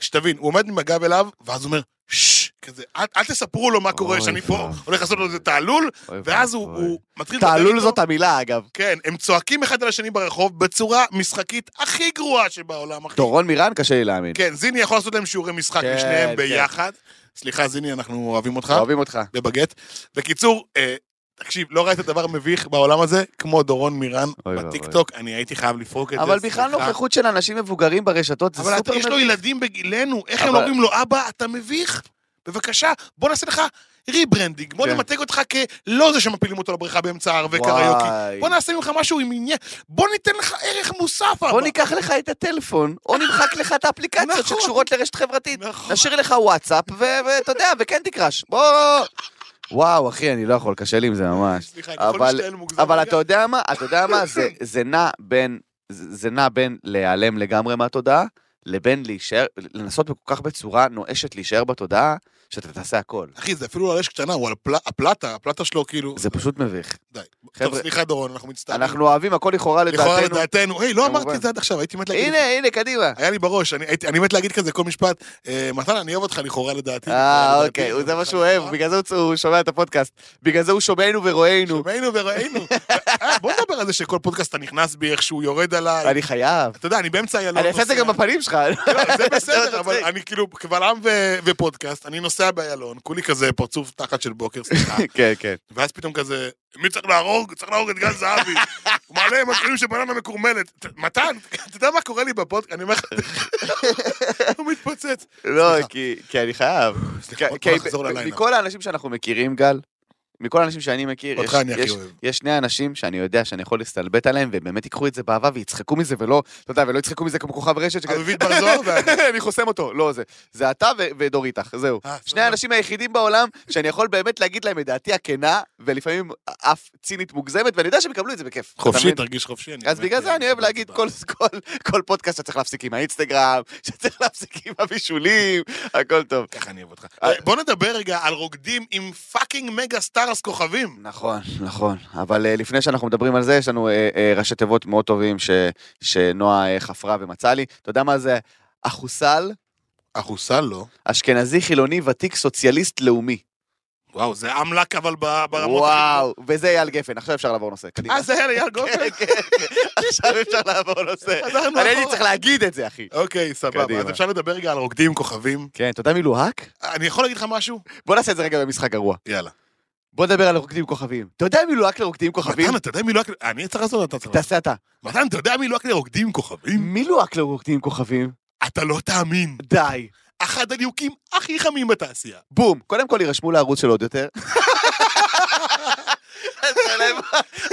Speaker 3: שתבין, הוא עומד עם הגב אליו, ואז הוא אומר, ששש, כזה, אל, אל תספרו לו מה קורה,
Speaker 2: אוי
Speaker 3: שאני פה
Speaker 2: ואבוי.
Speaker 3: הולך לעשות לו איזה תעלול,
Speaker 2: אוי
Speaker 3: ואז הוא,
Speaker 2: ואבוי.
Speaker 3: הוא מתחיל... לדבר
Speaker 2: תעלול
Speaker 3: איתו.
Speaker 2: זאת המילה, אגב.
Speaker 3: כן, הם צועקים אחד על השני ברחוב בצורה משחקית הכי גרועה שבעולם, אחי.
Speaker 2: דורון מירן, קשה לי להאמין.
Speaker 3: כן, זיני יכול לעשות להם שיעורי משחק
Speaker 2: כן,
Speaker 3: לשניהם
Speaker 2: כן.
Speaker 3: ביחד. סליחה, זיני, אנחנו אוהבים אותך.
Speaker 2: אוהבים אותך.
Speaker 3: בבגט. בקיצור, אה, תקשיב, לא ראית דבר מביך בעולם הזה, כמו דורון מירן
Speaker 2: אוי
Speaker 3: בטיקטוק, אני הייתי חייב לפרוק את כן, זה.
Speaker 2: אבל בכלל לא
Speaker 3: סליחה.
Speaker 2: נוכחות של אנשים מבוגרים ברשתות זה
Speaker 3: אבל
Speaker 2: סופר
Speaker 3: אתה- יש לו
Speaker 2: מביך.
Speaker 3: ילדים בגילנו, איך הם
Speaker 2: אבל-
Speaker 3: אומרים לו, אבא, אתה מביך? בבקשה, בוא נעשה לך ריברנדינג, בוא
Speaker 2: כן.
Speaker 3: נמתג אותך כלא זה שמפילים אותו לבריכה באמצע הערבי
Speaker 2: וואי.
Speaker 3: קריוקי. בוא נעשה ממך משהו עם עניין, בוא ניתן לך ערך מוסף, אבא.
Speaker 2: בוא ניקח לך את הטלפון, או נמחק לך את האפליקציות
Speaker 3: נכון.
Speaker 2: שקשורות לרשת חברתית.
Speaker 3: נכון.
Speaker 2: נשאיר לך וואטסאפ, ו- ואתה יודע, וכן תקרש. בוא... וואו, אחי, אני לא יכול, קשה לי עם זה ממש.
Speaker 3: סליחה, אני יכול
Speaker 2: אבל,
Speaker 3: להשתעל מוגזם.
Speaker 2: אבל
Speaker 3: רגע?
Speaker 2: אתה יודע מה, אתה יודע מה, זה, זה נע בין, זה זה נע בין להיעלם לגמרי מהתודעה, לבין להישאר, לנסות כל כך בצורה נואשת להישאר בתודעה, שאתה תעשה הכל.
Speaker 3: אחי, זה אפילו לא על אש קטנה, הוא על פל- הפלטה, הפלטה שלו כאילו...
Speaker 2: זה פשוט מביך.
Speaker 3: די. טוב,
Speaker 2: חבר'ה-
Speaker 3: סליחה, דורון, אנחנו מצטערים.
Speaker 2: אנחנו אוהבים הכל לכאורה
Speaker 3: לכאורה
Speaker 2: לדעתנו.
Speaker 3: לדעתנו. היי, לא אמרתי
Speaker 2: כמובן.
Speaker 3: את זה עד עכשיו, הייתי מת להגיד. את זה.
Speaker 2: הנה, הנה, קדימה.
Speaker 3: היה לי בראש, אני הייתי- אני מת להגיד כזה כל משפט. אה, מתן, אני אוהב אותך לכאורה לדעתי. לכאורה
Speaker 2: אה,
Speaker 3: לדעתי,
Speaker 2: אוקיי,
Speaker 3: לכאורה
Speaker 2: זה מה שהוא
Speaker 3: לדעתי.
Speaker 2: אוהב, בגלל זה הוא- הוא שומע את הפודקאסט. בגלל זה הוא שומענו ורואינו.
Speaker 3: שמענו וראינו. אה, בוא נדבר על זה שכל פודקאסט אתה נכנס בי איכשהו, יורד עליי.
Speaker 2: אני חייב.
Speaker 3: אתה יודע, אני באמצע איילון.
Speaker 2: אני אעשה את זה
Speaker 3: נוסע.
Speaker 2: גם בפנים שלך.
Speaker 3: לא, זה בסדר,
Speaker 2: זה
Speaker 3: אבל
Speaker 2: מצחיק.
Speaker 3: אני כאילו, קבל עם ו- ופודקאסט, אני נוסע באיילון, כולי כזה פרצוף תחת של בוקר, סליחה.
Speaker 2: כן, כן.
Speaker 3: ואז פתאום כזה, מי צריך להרוג? צריך להרוג את גל זהבי. הוא מעלה משקיעים של בננה מקורמלת. ת- מתן, אתה יודע מה קורה לי בפודקאסט? אני אומר לך, הוא מתפוצץ.
Speaker 2: לא,
Speaker 3: סליחה.
Speaker 2: כי- כי אני חייב.
Speaker 3: סליחה, בוא
Speaker 2: כי-
Speaker 3: בוא
Speaker 2: כי
Speaker 3: נחזור ללילה.
Speaker 2: מכל האנשים שאנחנו מכירים, גל, מכל האנשים שאני מכיר,
Speaker 3: אותך
Speaker 2: יש-
Speaker 3: אני הכי
Speaker 2: יש-
Speaker 3: אוהב.
Speaker 2: יש שני אנשים שאני יודע שאני יכול להסתלבט עליהם, והם באמת ייקחו את זה באהבה ויצחקו מזה, ולא, אתה יודע, ולא יצחקו מזה כמו כוכב רשת. שכזה,
Speaker 3: אביבית בר זוהר ואני.
Speaker 2: אני חוסם אותו, לא זה. זה אתה ו- ודור איתך, זהו.
Speaker 3: אה,
Speaker 2: שני האנשים היחידים בעולם שאני יכול באמת להגיד להם את דעתי הכנה, ולפעמים אף צינית מוגזמת, ואני יודע שהם יקבלו את זה בכיף. אתה
Speaker 3: חופשי,
Speaker 2: מבין?
Speaker 3: תרגיש חופשי. אני
Speaker 2: אז
Speaker 3: באמת,
Speaker 2: בגלל זה
Speaker 3: אה,
Speaker 2: אני אוהב להגיד כל, כל, כל פודקאסט שצריך להפסיק עם האינסטגרם, שצריך להפסיק עם הבישולים, הכל טוב.
Speaker 3: ככה אני אוהב אותך. אה, בוא נדבר רגע על רוקדים עם פאקינג מגה סטארס כוכבים.
Speaker 2: נכון, נכון. אבל אה, לפני שאנחנו מדברים על זה, יש לנו אה, אה, ראשי תיבות מאוד טובים ש, שנועה אה, חפרה ומצאה לי. אתה יודע מה זה? אחוסל,
Speaker 3: אחוסל לא.
Speaker 2: אשכנזי חילוני ותיק סוציאליסט לאומי.
Speaker 3: וואו, זה אמל"ק אבל ב- ברמות... הכי
Speaker 2: וואו, וזה אייל גפן, עכשיו אפשר לעבור נושא,
Speaker 3: גבוהות.
Speaker 2: קדימה.
Speaker 3: אה, זה היה אייל גופן?
Speaker 2: כן, כן, עכשיו אפשר לעבור נושא.
Speaker 3: חזרנו
Speaker 2: אני הייתי
Speaker 3: אחורה.
Speaker 2: צריך להגיד את זה, אחי.
Speaker 3: אוקיי, סבבה.
Speaker 2: קדימה.
Speaker 3: אז אפשר לדבר רגע על רוקדים עם כוכבים.
Speaker 2: כן, אתה יודע מי לוהק?
Speaker 3: אני יכול להגיד לך משהו?
Speaker 2: בוא נעשה את זה רגע במשחק גרוע.
Speaker 3: יאללה.
Speaker 2: בוא נדבר על רוקדים עם כוכבים. אתה יודע מי לוהק לרוקדים עם כוכבים?
Speaker 3: מתן, אתה יודע מי לא... אני צריך לעשות אתה צריך לעשות.
Speaker 2: תעשה אתה.
Speaker 3: מתן, אתה יודע מי לא הכלי רוקדים עם כוכבים?
Speaker 2: מי לוהק לרוקדים עם כוכבים?
Speaker 3: אתה לא תאמין.
Speaker 2: די.
Speaker 3: אחד הליהוקים הכי חמים בתעשייה.
Speaker 2: בום. קודם כל יירשמו לערוץ של עוד יותר.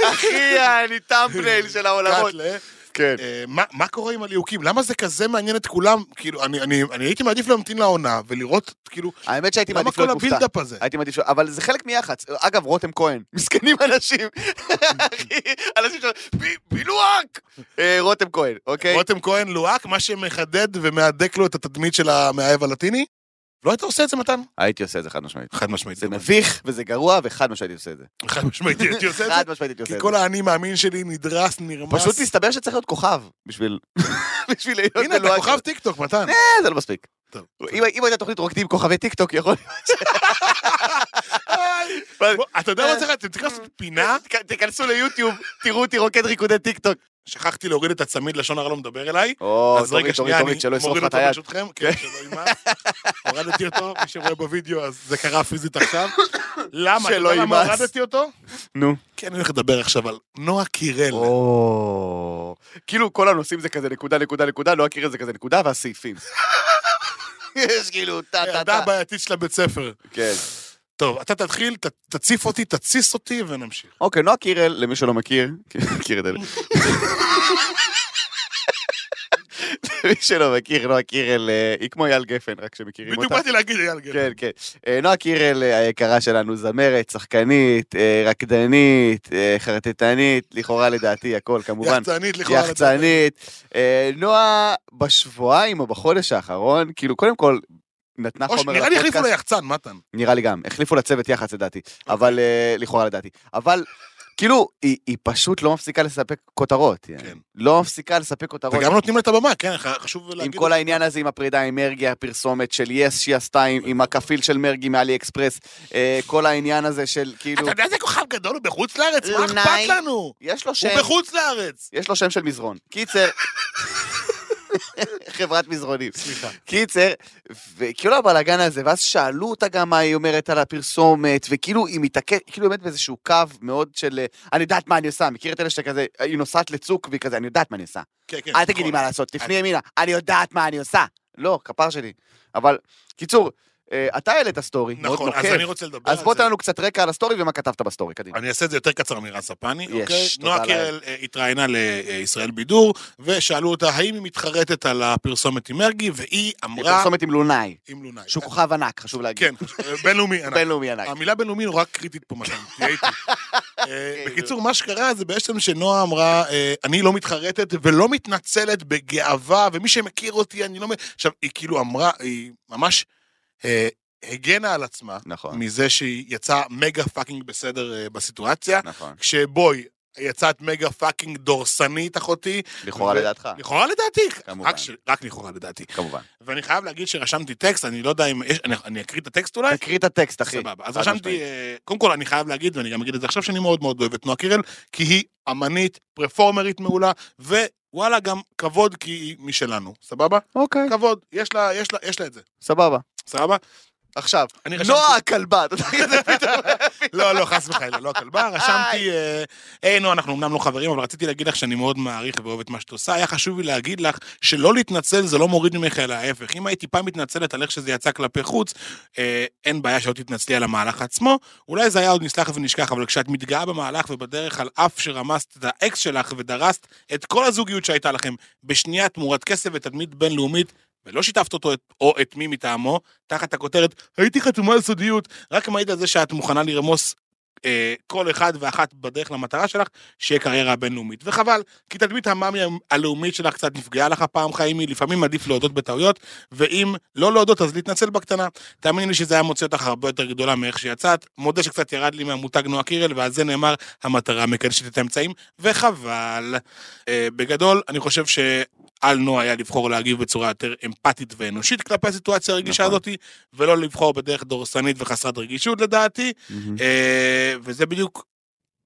Speaker 2: אחי, אני טאמפנייל של העולמות.
Speaker 3: קאט ל-
Speaker 2: כן.
Speaker 3: אה, מה- מה קורה עם הליהוקים? למה זה כזה מעניין את כולם? כאילו, אני- אני אני הייתי מעדיף להמתין לעונה ולראות, כאילו,
Speaker 2: האמת שהייתי
Speaker 3: למה
Speaker 2: מעדיף
Speaker 3: כל
Speaker 2: להיות מופתע.
Speaker 3: הבילדאפ הזה?
Speaker 2: הייתי מעדיף ש... אבל זה חלק מיח"צ. אגב, רותם כהן. מסכנים אנשים. אחי, אנשים ש... ב- בילואק! אה, רותם כהן, אוקיי?
Speaker 3: רותם כהן לוהק, מה שמחדד ומהדק לו את התדמית של המאהב הלטיני? לא היית עושה את זה, מתן?
Speaker 2: הייתי עושה את זה חד משמעית.
Speaker 3: חד משמעית.
Speaker 2: זה מביך וזה גרוע, וחד משמעית הייתי עושה את זה.
Speaker 3: חד משמעית, הייתי עושה את
Speaker 2: חד
Speaker 3: זה.
Speaker 2: משמעית הייתי עושה
Speaker 3: כי
Speaker 2: את זה.
Speaker 3: כל האני מאמין שלי נדרס, נרמס.
Speaker 2: פשוט מסתבר שצריך להיות כוכב בשביל... בשביל להיות
Speaker 3: הנה, אתה
Speaker 2: מלוהק.
Speaker 3: כוכב טיקטוק, מתן.
Speaker 2: אה, זה לא מספיק.
Speaker 3: טוב.
Speaker 2: אם אם הייתה תוכנית רוקדים עם כוכבי טיקטוק, יכול
Speaker 3: בוא, אתה יודע
Speaker 2: אה.
Speaker 3: מה צריך לעשות? אתם צריכים לעשות פינה,
Speaker 2: תיכ- תיכנסו ליוטיוב, תראו אותי רוקד ריקודי טיקטוק.
Speaker 3: שכחתי להוריד את הצמיד, לשון הרע לא מדבר אליי.
Speaker 2: או,
Speaker 3: אז רגע, שנייה, אני
Speaker 2: תוריד, שלא ישרוף
Speaker 3: מוריד
Speaker 2: לך את
Speaker 3: אותו
Speaker 2: היד.
Speaker 3: ברשותכם. כן, שלא יימס. הורדתי אותו, מי שרואה בווידאו, אז זה קרה פיזית עכשיו. למה? אתה
Speaker 2: שלא
Speaker 3: יודע למה
Speaker 2: יימס.
Speaker 3: הורדתי אותו?
Speaker 2: נו.
Speaker 3: כי כן, אני הולך לדבר עכשיו על נועה קירל.
Speaker 2: או... כאילו כל הנושאים זה כזה נקודה, נקודה, נקודה, לא אכיר את זה כזה נקודה, והסעיפים. יש כאילו טה, טה,
Speaker 3: הילדה
Speaker 2: טה.
Speaker 3: הבעייתית של הבית ספר.
Speaker 2: כן.
Speaker 3: טוב, אתה תתחיל, ת- תציף אותי, תתסיס אותי ונמשיך.
Speaker 2: אוקיי, נועה קירל, למי שלא מכיר, מכיר את אלה. למי שלא מכיר, נועה קירל אה, היא כמו אייל גפן, רק שמכירים
Speaker 3: בדיוק
Speaker 2: אותה.
Speaker 3: באתי להגיד, אייל גפן.
Speaker 2: כן, כן. אה, נועה קירל אה, היקרה שלנו, זמרת, שחקנית, אה, רקדנית, אה, חרטטנית, לכאורה לדעתי הכל, כמובן.
Speaker 3: יחצנית לכאורה.
Speaker 2: יחצנית. אה, נועה בשבועיים או בחודש האחרון, כאילו, קודם כל, נתנה
Speaker 3: או ש-
Speaker 2: חומר
Speaker 3: נראה לי החליפו
Speaker 2: לפודקאסט.
Speaker 3: ליחצן, מתן. אוקיי.
Speaker 2: נראה לי גם, החליפו לצוות יח"צ לדעתי, אבל אה, לכאורה לדעתי. אבל כאילו, היא, היא פשוט לא מפסיקה לספק כותרות.
Speaker 3: כן.
Speaker 2: כן. לא מפסיקה לספק כותרות.
Speaker 3: וגם נותנים לה את הבמה, כן, ח- חשוב
Speaker 2: עם
Speaker 3: להגיד.
Speaker 2: כל העניין הזה, עם הפרידה עם מרגי, הפרסומת של יס שהיא עשתה, עם, עם
Speaker 3: אוקיי.
Speaker 2: הכפיל של מרגי מאלי אקספרס, אה, כל העניין הזה של כאילו...
Speaker 3: אתה יודע איזה כוכב גדול הוא בחוץ לארץ? מה
Speaker 2: לונאי.
Speaker 3: אכפת לנו?
Speaker 2: יש לו שם,
Speaker 3: הוא בחוץ לארץ.
Speaker 2: יש לו שם של מזרון. קיצר... חברת מזרונים.
Speaker 3: סליחה.
Speaker 2: קיצר, וכאילו הבלאגן הזה, ואז שאלו אותה גם מה היא אומרת על הפרסומת, וכאילו היא מתעקשת, כאילו באמת באיזשהו קו מאוד של, אה, אני יודעת מה אני עושה, מכיר את אלה שכזה, היא נוסעת לצוק והיא כזה, אני יודעת מה אני עושה.
Speaker 3: כן, כן.
Speaker 2: אל תגידי מה לעשות, תפני ימינה, אני יודעת מה אני עושה. לא, כפר שלי. אבל, קיצור, אה, אתה העלית סטורי, מאוד
Speaker 3: נכון,
Speaker 2: נוקב.
Speaker 3: אז אני רוצה לדבר על
Speaker 2: אז בוא
Speaker 3: זה.
Speaker 2: תן לנו קצת רקע על הסטורי ומה כתבת בסטורי, קדימה.
Speaker 3: אני אעשה את זה יותר קצר מרן ספני,
Speaker 2: אוקיי. יש,
Speaker 3: אוקיי?
Speaker 2: תודה
Speaker 3: נועה
Speaker 2: לאל.
Speaker 3: קירל אה, התראיינה לישראל בידור, ושאלו אותה האם היא מתחרטת על הפרסומת עם מרגי, והיא אמרה...
Speaker 2: פרסומת עם לונאי,
Speaker 3: עם לונאי.
Speaker 2: שהוא כוכב ענק, חשוב להגיד.
Speaker 3: כן, אה, בינלאומי ענק. אה,
Speaker 2: בינלאומי ענק.
Speaker 3: המילה בינלאומי נורא קריטית פה, מתן, תהיה איתי.
Speaker 2: כן,
Speaker 3: אה, בקיצור, מה שקרה זה בעצם שנועה אמרה, אה, אני לא מתחרטת ולא מתנצלת בגאווה, ומי שמכיר אותי, אני לא... מ-" עכשיו, היא כאילו אמרה, היא ממש אה, הגנה על עצמה,
Speaker 2: נכון,
Speaker 3: מזה שהיא יצאה מגה פאקינג בסדר אה, בסיטואציה,
Speaker 2: נכון.
Speaker 3: כשבואי, יצאת מגה פאקינג דורסנית, אחותי.
Speaker 2: לכאורה
Speaker 3: ו-
Speaker 2: לדעתך,
Speaker 3: לכאורה לדעתי.
Speaker 2: כמובן.
Speaker 3: רק ש- רק לכאורה לדעתי.
Speaker 2: כמובן.
Speaker 3: ואני חייב להגיד שרשמתי טקסט, אני לא יודע אם... יש- אני- אני אקריא את הטקסט אולי?
Speaker 2: תקריא את הטקסט, אוקיי, אחי.
Speaker 3: אה, סבבה. אז
Speaker 2: חד משמעית.
Speaker 3: רשמתי, אה, קודם כל אני חייב להגיד, ואני גם אגיד את זה עכשיו, שאני מאוד מאוד אוהב את נועה קירל, כי היא אמנית, פרפורמרית מעולה, ווואלה, גם כבוד, כי היא משלנו, סבבה?
Speaker 2: אוקיי,
Speaker 3: כבוד, יש לה, יש לה, יש לה את זה,
Speaker 2: סבבה.
Speaker 3: סבבה?
Speaker 2: עכשיו,
Speaker 3: אני
Speaker 2: נועה הכלבה, אתה יודע את זה פתאום.
Speaker 3: לא, לא, חס וחלילה, לא הכלבה, רשמתי, אה, היי נועה, אנחנו אמנם לא חברים, אבל רציתי להגיד לך שאני מאוד מעריך ואוהב את מה שאת עושה, היה חשוב לי להגיד לך שלא להתנצל זה לא מוריד ממך, אלא ההפך. אם היית טיפה מתנצלת על איך שזה יצא כלפי חוץ, אה, אין בעיה שלא תתנצלי על המהלך עצמו, אולי זה היה עוד נסלח ונשכח, אבל כשאת מתגאה במהלך ובדרך על אף שרמסת את האקס שלך ודרסת את כל הזוגיות שהייתה לכם בשנייה תמורת כסף ותדמית בינלאומית, ולא שיתפת אותו את- או את מי מטעמו, תחת הכותרת, הייתי חתומה על סודיות, רק מעיד על זה שאת מוכנה לרמוס אה, כל אחד ואחת בדרך למטרה שלך, שיהיה קריירה הבינלאומית. וחבל, כי תדמית המאמי הלאומית שלך קצת נפגעה לך פעם חיימי, לפעמים עדיף להודות בטעויות, ואם לא להודות אז להתנצל בקטנה. תאמיני לי שזה היה מוציא אותך הרבה יותר גדולה מאיך שיצאת. מודה שקצת ירד לי מהמותג נועה קירל, ועל זה נאמר, המטרה מקדשת את האמצעים, וחבל. אה, בגדול, אני חושב ש... על נועה היה לבחור להגיב בצורה יותר אמפתית ואנושית כלפי הסיטואציה הרגישה
Speaker 2: נכון.
Speaker 3: הזאת, ולא לבחור בדרך דורסנית וחסרת רגישות לדעתי. אה, וזה בדיוק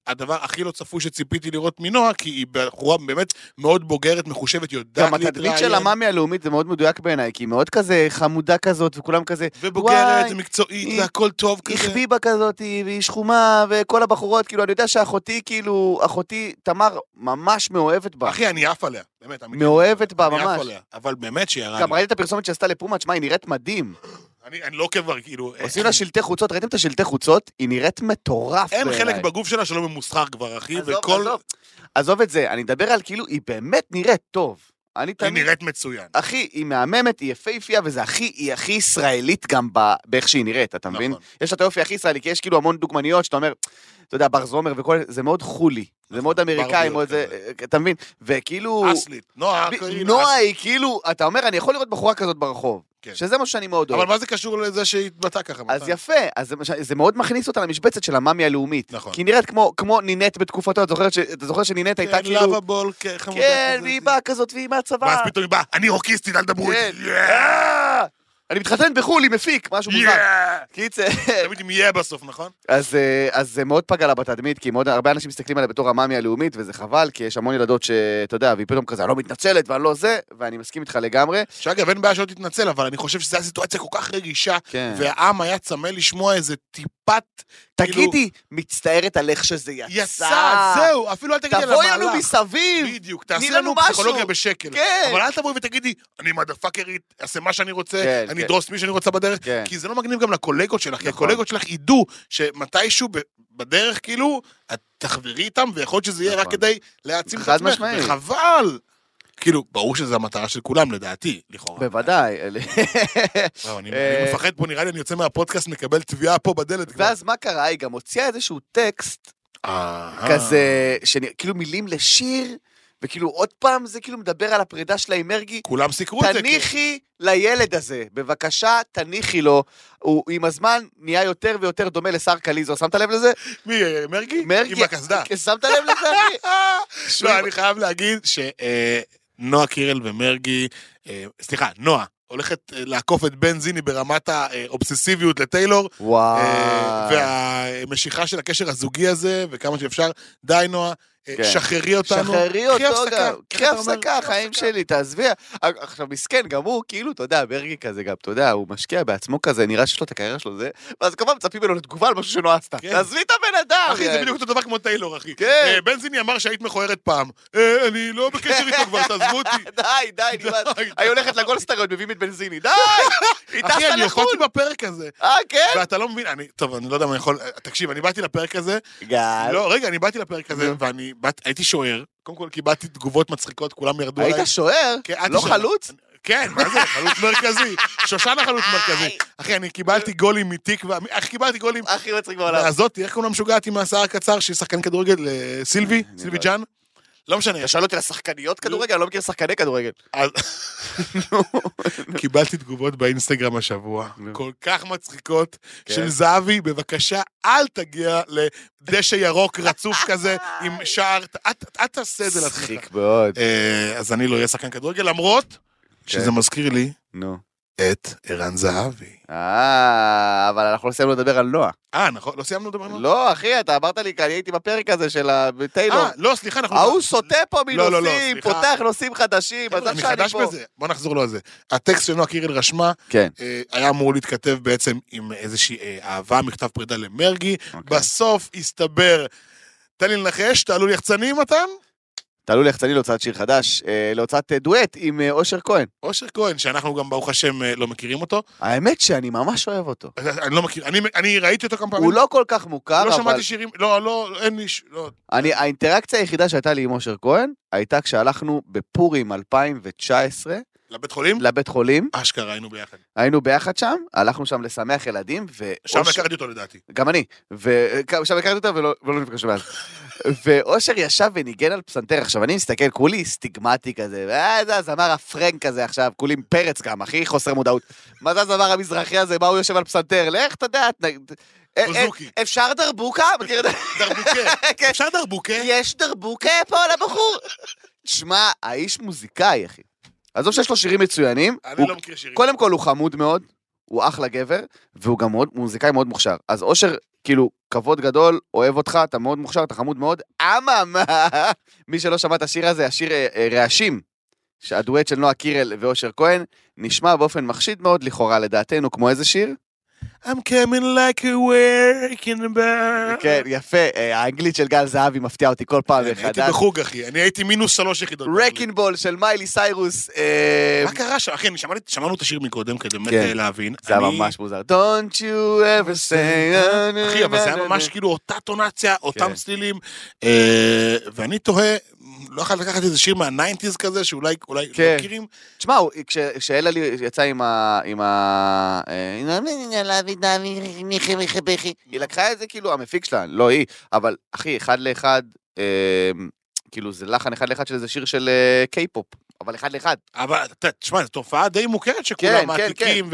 Speaker 3: הדבר הכי לא צפוי שציפיתי לראות מנועה, כי היא בחורה באמת מאוד בוגרת, מחושבת, יודעת
Speaker 2: גם התדמית של המאמי הלאומית זה מאוד מדויק בעיניי, כי היא מאוד כזה חמודה כזאת, וכולם כזה,
Speaker 3: ובוגרת,
Speaker 2: וואי,
Speaker 3: מקצועית,
Speaker 2: היא-
Speaker 3: והכל טוב
Speaker 2: היא
Speaker 3: כזה.
Speaker 2: חביבה כזאת, והיא שחומה, וכל הבחורות, כאילו, אני יודע שאחותי, כאילו, אחותי, תמר, ממש מאוהבת בה.
Speaker 3: אחי, אני עף עליה, באמת. אמיתי.
Speaker 2: מאוהבת בה,
Speaker 3: אני עף
Speaker 2: ממש.
Speaker 3: עליה, אבל באמת שירה
Speaker 2: גם
Speaker 3: לי.
Speaker 2: ראית את הפרסומת שעשתה לפומה, תשמע, היא נראית מדהים.
Speaker 3: אני אני לא כבר, כאילו...
Speaker 2: עושים לה שלטי חוצות, ראיתם את השלטי חוצות? היא נראית מטורף
Speaker 3: אין
Speaker 2: בעיניי.
Speaker 3: חלק בגוף שלה שלא ממוסחר כבר, אחי,
Speaker 2: עזוב,
Speaker 3: וכל...
Speaker 2: עזוב. עזוב את זה, אני מדבר על כאילו, היא באמת נראית טוב. אני
Speaker 3: היא
Speaker 2: תמיד... אה,
Speaker 3: נראית מצוין.
Speaker 2: אחי, היא מהממת, היא יפייפייה, וזה הכי, היא הכי ישראלית גם ב- באיך שהיא נראית, אתה מבין?
Speaker 3: נכון.
Speaker 2: יש לה את היופי הכי ישראלי, כי יש כאילו המון דוגמניות שאתה אומר, אתה יודע, בר זומר וכל, זה מאוד חולי, זה
Speaker 3: נכון,
Speaker 2: מאוד אמריקאי,
Speaker 3: ברביות
Speaker 2: מאוד זה, אה, אתה מבין? וכאילו...
Speaker 3: אסלית. נועה,
Speaker 2: ב-
Speaker 3: קרינה,
Speaker 2: נועה
Speaker 3: אסלית.
Speaker 2: היא כאילו, אתה אומר, אני יכול לראות בחורה כזאת ברחוב,
Speaker 3: כן.
Speaker 2: שזה מה שאני מאוד
Speaker 3: אבל
Speaker 2: אוהב.
Speaker 3: מה זה קשור לזה שהיא התבטאה ככה?
Speaker 2: אז
Speaker 3: מתן?
Speaker 2: יפה, אז זה מה ש- זה מאוד מכניס אותה למשבצת של המאמי הלאומית.
Speaker 3: נכון.
Speaker 2: כי היא נראית כמו- כמו נינט בתקופתו, את זוכרת ש- אתה זוכר שנינט כאילו, הייתה
Speaker 3: כן, לבה
Speaker 2: כאילו...
Speaker 3: בול, כן, חמודה
Speaker 2: כן,
Speaker 3: כזאת.
Speaker 2: והיא באה כזאת, והיא מהצבא.
Speaker 3: ואז פתאום היא באה, אני רוקיסטית, אל תדברו
Speaker 2: כן.
Speaker 3: איתי. יאה!
Speaker 2: אה! אני מתחתן בחו"ל, היא מפיק, משהו מוזר.
Speaker 3: יאה!
Speaker 2: קיצר,
Speaker 3: תמיד עם יהיה בסוף, נכון?
Speaker 2: אז, אה, אז זה מאוד פגע לה בתדמית, כי מאוד, הרבה אנשים מסתכלים עליה בתור המאמי הלאומית, וזה חבל, כי יש המון ילדות שאתה יודע, והיא פתאום כזה, אני לא מתנצלת ואני לא זה, ואני מסכים איתך לגמרי.
Speaker 3: שאגב, אין בעיה שלא תתנצל, אבל אני חושב שזו הייתה סיטואציה כל כך רגישה,
Speaker 2: כן.
Speaker 3: והעם היה צמא לשמוע איזה טיפת... כאילו,
Speaker 2: תגידי, מצטערת על איך שזה יצא.
Speaker 3: יצא, זהו, אפילו אל תגידי על
Speaker 2: תבואי לנו
Speaker 3: המהלך.
Speaker 2: מסביב.
Speaker 3: בדיוק, תעשי
Speaker 2: לנו
Speaker 3: לנו
Speaker 2: משהו.
Speaker 3: פסיכולוגיה בשקל.
Speaker 2: כן.
Speaker 3: אבל אל תבואי ותגידי, אני מדפאקרית, אעשה מה שאני רוצה,
Speaker 2: כן,
Speaker 3: אני
Speaker 2: כן.
Speaker 3: אדרוס מי שאני רוצה בדרך,
Speaker 2: כן.
Speaker 3: כי זה לא מגניב גם לקולגות שלך, כי
Speaker 2: נכון.
Speaker 3: הקולגות שלך ידעו שמתישהו ב- בדרך, כאילו, את תחברי איתם, ויכול להיות שזה יהיה רק
Speaker 2: נכון.
Speaker 3: כדי להעצים את
Speaker 2: חד
Speaker 3: עצמך,
Speaker 2: משמעית.
Speaker 3: וחבל. כאילו, ברור שזו המטרה של כולם, לדעתי, לכאורה.
Speaker 2: בוודאי.
Speaker 3: וואו, אני
Speaker 2: אה,
Speaker 3: אני מפחד פה, נראה לי אני יוצא מהפודקאסט, מקבל תביעה פה בדלת. כבר.
Speaker 2: ואז מה קרה? היא גם הוציאה איזשהו טקסט
Speaker 3: אהה.
Speaker 2: כזה, שנ- כאילו מילים לשיר, וכאילו, עוד פעם, זה כאילו מדבר על הפרידה שלה עם מרגי.
Speaker 3: כולם סיקרו את זה. כן.
Speaker 2: תניחי לילד הזה, בבקשה, תניחי לו. הוא עם הזמן נהיה יותר ויותר דומה לשר קליזו, שמת לב לזה?
Speaker 3: כי- מי, אה, מרגי?
Speaker 2: מרגי...
Speaker 3: עם הקסדה.
Speaker 2: שמת לב לזה, אחי? שהוא-
Speaker 3: לא, אני חייב להגיד שנועה קירל ומרגי, אה, סליחה, נועה, הולכת אה, לעקוף את בן זיני ברמת האובססיביות לטיילור, אה,
Speaker 2: וואו.
Speaker 3: והמשיכה של הקשר הזוגי הזה, וכמה שאפשר. די, נועה, אה,
Speaker 2: כן.
Speaker 3: שחררי אותנו.
Speaker 2: שחררי
Speaker 3: קחי
Speaker 2: אותו
Speaker 3: הפסקה.
Speaker 2: גם, כן,
Speaker 3: איך
Speaker 2: קחי
Speaker 3: אתה אומר?
Speaker 2: הפסקה, חיים שלי, תעזבי. אה, עכשיו, מסכן, גם הוא, כאילו, אתה יודע, מרגי כזה גם, אתה יודע, הוא משקיע בעצמו כזה, נראה שיש לו את הקריירה שלו, זה, ואז כל פעם מצפים ממנו לתגובה על משהו שנועה עשתה.
Speaker 3: כן.
Speaker 2: תעזבי את הבן אדם!
Speaker 3: אחי, זה
Speaker 2: יעני.
Speaker 3: בדיוק אותו דבר כמו טיילור, אחי.
Speaker 2: כן.
Speaker 3: אה, בן זיני אמר שהיית מכוערת פעם. אה, אני לא בקשר איתו כבר, תעזבו אותי.
Speaker 2: די, די, נמאס.
Speaker 3: די, די.
Speaker 2: היא הולכת לגולדסטריון, מביאים את בנזיני, די! היא
Speaker 3: אחי,
Speaker 2: טסה
Speaker 3: אני
Speaker 2: לחו"ל!
Speaker 3: יכולתי בפרק הזה.
Speaker 2: אה, כן?
Speaker 3: ואתה לא מבין, אני, טוב, אני לא יודע אם אני יכול, תקשיב, אני באתי לפרק הזה,
Speaker 2: גל.
Speaker 3: לא, רגע, אני באתי לפרק הזה,
Speaker 2: נו.
Speaker 3: ואני באת- הייתי שוער, קודם כל קיבלתי תגובות מצחיקות, כולם ירדו עליי.
Speaker 2: היית שוער?
Speaker 3: כן, הייתי
Speaker 2: לא
Speaker 3: שוער.
Speaker 2: חלוץ?
Speaker 3: כן, מה זה, חלוץ מרכזי, שושנה חלוץ מרכזי. אחי, אני קיבלתי גולים מתיק, ו- אחי, קיבלתי גולים
Speaker 2: הכי מצחיק בעולם.
Speaker 3: מהזאתי, איך קוראים לה משוגעת עם השיער הקצר, שהיא שחקן כדורגל, אה, סילבי, סילבי ג'אן? לא משנה.
Speaker 2: אתה שואל אותי לשחקניות כדורגל? אני לא מכיר שחקני כדורגל.
Speaker 3: אז- קיבלתי תגובות באינסטגרם השבוע,
Speaker 2: נו.
Speaker 3: כל כך מצחיקות,
Speaker 2: כן.
Speaker 3: של זהבי, בבקשה, אל תגיע לדשא ירוק רצוף כזה עם שער, ת- את- את תעשה את זה לעצמך.
Speaker 2: מצחיק מאוד.
Speaker 3: אה, אז אני לא אהיה שחקן כדורגל, למרות שזה מזכיר לי
Speaker 2: נו.
Speaker 3: את ערן זהבי.
Speaker 2: אה, אבל אנחנו לא סיימנו לדבר על נועה.
Speaker 3: אה, נכון, לא סיימנו לדבר? על נועה?
Speaker 2: לא, אחי, אתה אמרת לי, כי אני הייתי בפרק הזה של ה- בטיילור.
Speaker 3: אה, לא, סליחה, אנחנו...
Speaker 2: ההוא סוטה פה
Speaker 3: לא, לא, לא,
Speaker 2: מנושאים,
Speaker 3: סליחה.
Speaker 2: פותח נושאים חדשים,
Speaker 3: חבר'ה,
Speaker 2: עזוב
Speaker 3: אני
Speaker 2: שאני
Speaker 3: חדש
Speaker 2: פה.
Speaker 3: בזה, בוא נחזור לו על זה. הטקסט שנועה קירל רשמה,
Speaker 2: כן.
Speaker 3: אה, היה אמור להתכתב בעצם עם איזושהי אה, אהבה, מכתב פרידה למרגי,
Speaker 2: אוקיי.
Speaker 3: בסוף הסתבר, תן לי לנחש, תעלו לי יחצני מתן?
Speaker 2: תעלו ליחצני להוצאת שיר חדש, אה, להוצאת אה, דואט עם אה, אושר כהן.
Speaker 3: אושר כהן, שאנחנו גם ברוך השם אה, לא מכירים אותו.
Speaker 2: האמת שאני ממש אוהב אותו.
Speaker 3: אני לא מכיר, אני, אני ראיתי אותו כמה פעמים.
Speaker 2: הוא לא כל כך מוכר,
Speaker 3: לא
Speaker 2: אבל
Speaker 3: שמעתי שירים, לא, לא, אין לי, ש- לא,
Speaker 2: אני, האינטראקציה היחידה שהייתה לי עם אושר כהן, הייתה כשהלכנו בפורים 2019
Speaker 3: לבית חולים?
Speaker 2: לבית חולים,
Speaker 3: אשכרה היינו ביחד.
Speaker 2: היינו ביחד שם, הלכנו שם לשמח ילדים, ו...
Speaker 3: שם
Speaker 2: אוש-
Speaker 3: הכרתי אותו לדעתי.
Speaker 2: גם אני, ושם הכרתי אותה ולא ולא נפגשנו מאז. ואושר ישב וניגן על פסנתר, עכשיו אני מסתכל, כולי סטיגמטי כזה, אה, זה הזמר הפרנק הזה עכשיו, כולי עם פרץ גם, הכי חוסר מודעות. מה זה הזמר המזרחי הזה, מה הוא יושב על פסנתר? לך תדע, ת- אה, אה,
Speaker 3: אוזוקי.
Speaker 2: אפשר דרבוקה? מכיר את זה?
Speaker 3: דרבוקה.
Speaker 2: כן.
Speaker 3: אפשר דרבוקה?
Speaker 2: יש דרבוקה פה לבחור? תשמע, האיש מוזיקאי, אחי. עזוב שיש לו שירים מצוינים,
Speaker 3: אני
Speaker 2: הוא-
Speaker 3: לא מכיר שירים.
Speaker 2: קודם כל הוא חמוד מאוד, הוא אחלה גבר, והוא גם מאוד, מוזיקאי מאוד מוכשר. אז אושר, כאילו, כבוד גדול, אוהב אותך, אתה מאוד מוכשר, אתה חמוד מאוד, אממה, מי שלא שמע את השיר הזה, השיר אה, אה, רעשים, שהדואט של נועה קירל ואושר כהן, נשמע באופן מחשיד מאוד, לכאורה לדעתנו, כמו איזה שיר?
Speaker 3: I'm coming like a working bear.
Speaker 2: כן, אה, יפה, אה, האנגלית של גל זהבי מפתיעה אותי כל פעם
Speaker 3: אני הייתי
Speaker 2: מחדש.
Speaker 3: בחוג, אחי. אני הייתי מינוס שלוש יחידות.
Speaker 2: רקינג בול של מיילי סיירוס, אה,
Speaker 3: מה קרה שם? אחי, אני שמעתי- שמענו את השיר מקודם כדי באמת
Speaker 2: כן.
Speaker 3: אה, להבין.
Speaker 2: זה היה
Speaker 3: אני-
Speaker 2: ממש מוזר. Don't you ever say...
Speaker 3: אחי, אבל זה
Speaker 2: אה,
Speaker 3: היה ממש כאילו אותה טונציה,
Speaker 2: כן.
Speaker 3: אותם צלילים, אה, ואני תוהה, לא יכול לקחת איזה שיר מהניינטיז כזה, שאולי אולי לא
Speaker 2: כן.
Speaker 3: מכירים?
Speaker 2: תשמע, הוא- כש- כשאלה לי יצאה עם ה... עם ה... אה, "הנה, הנה, הנה, הנה, הנה, הנה, מיכי, מיכי, מיכי", היא לקחה את זה כאילו המפיק שלה, לא היא, אבל אחי, אחד לאחד, אה, כאילו זה לחן אחד לאחד של איזה שיר של אה, קיי-פופ, אבל אחד לאחד.
Speaker 3: אבל אתה- תשמע, זו תופעה די מוכרת
Speaker 2: כן,
Speaker 3: שכולם
Speaker 2: כן,
Speaker 3: מעתיקים,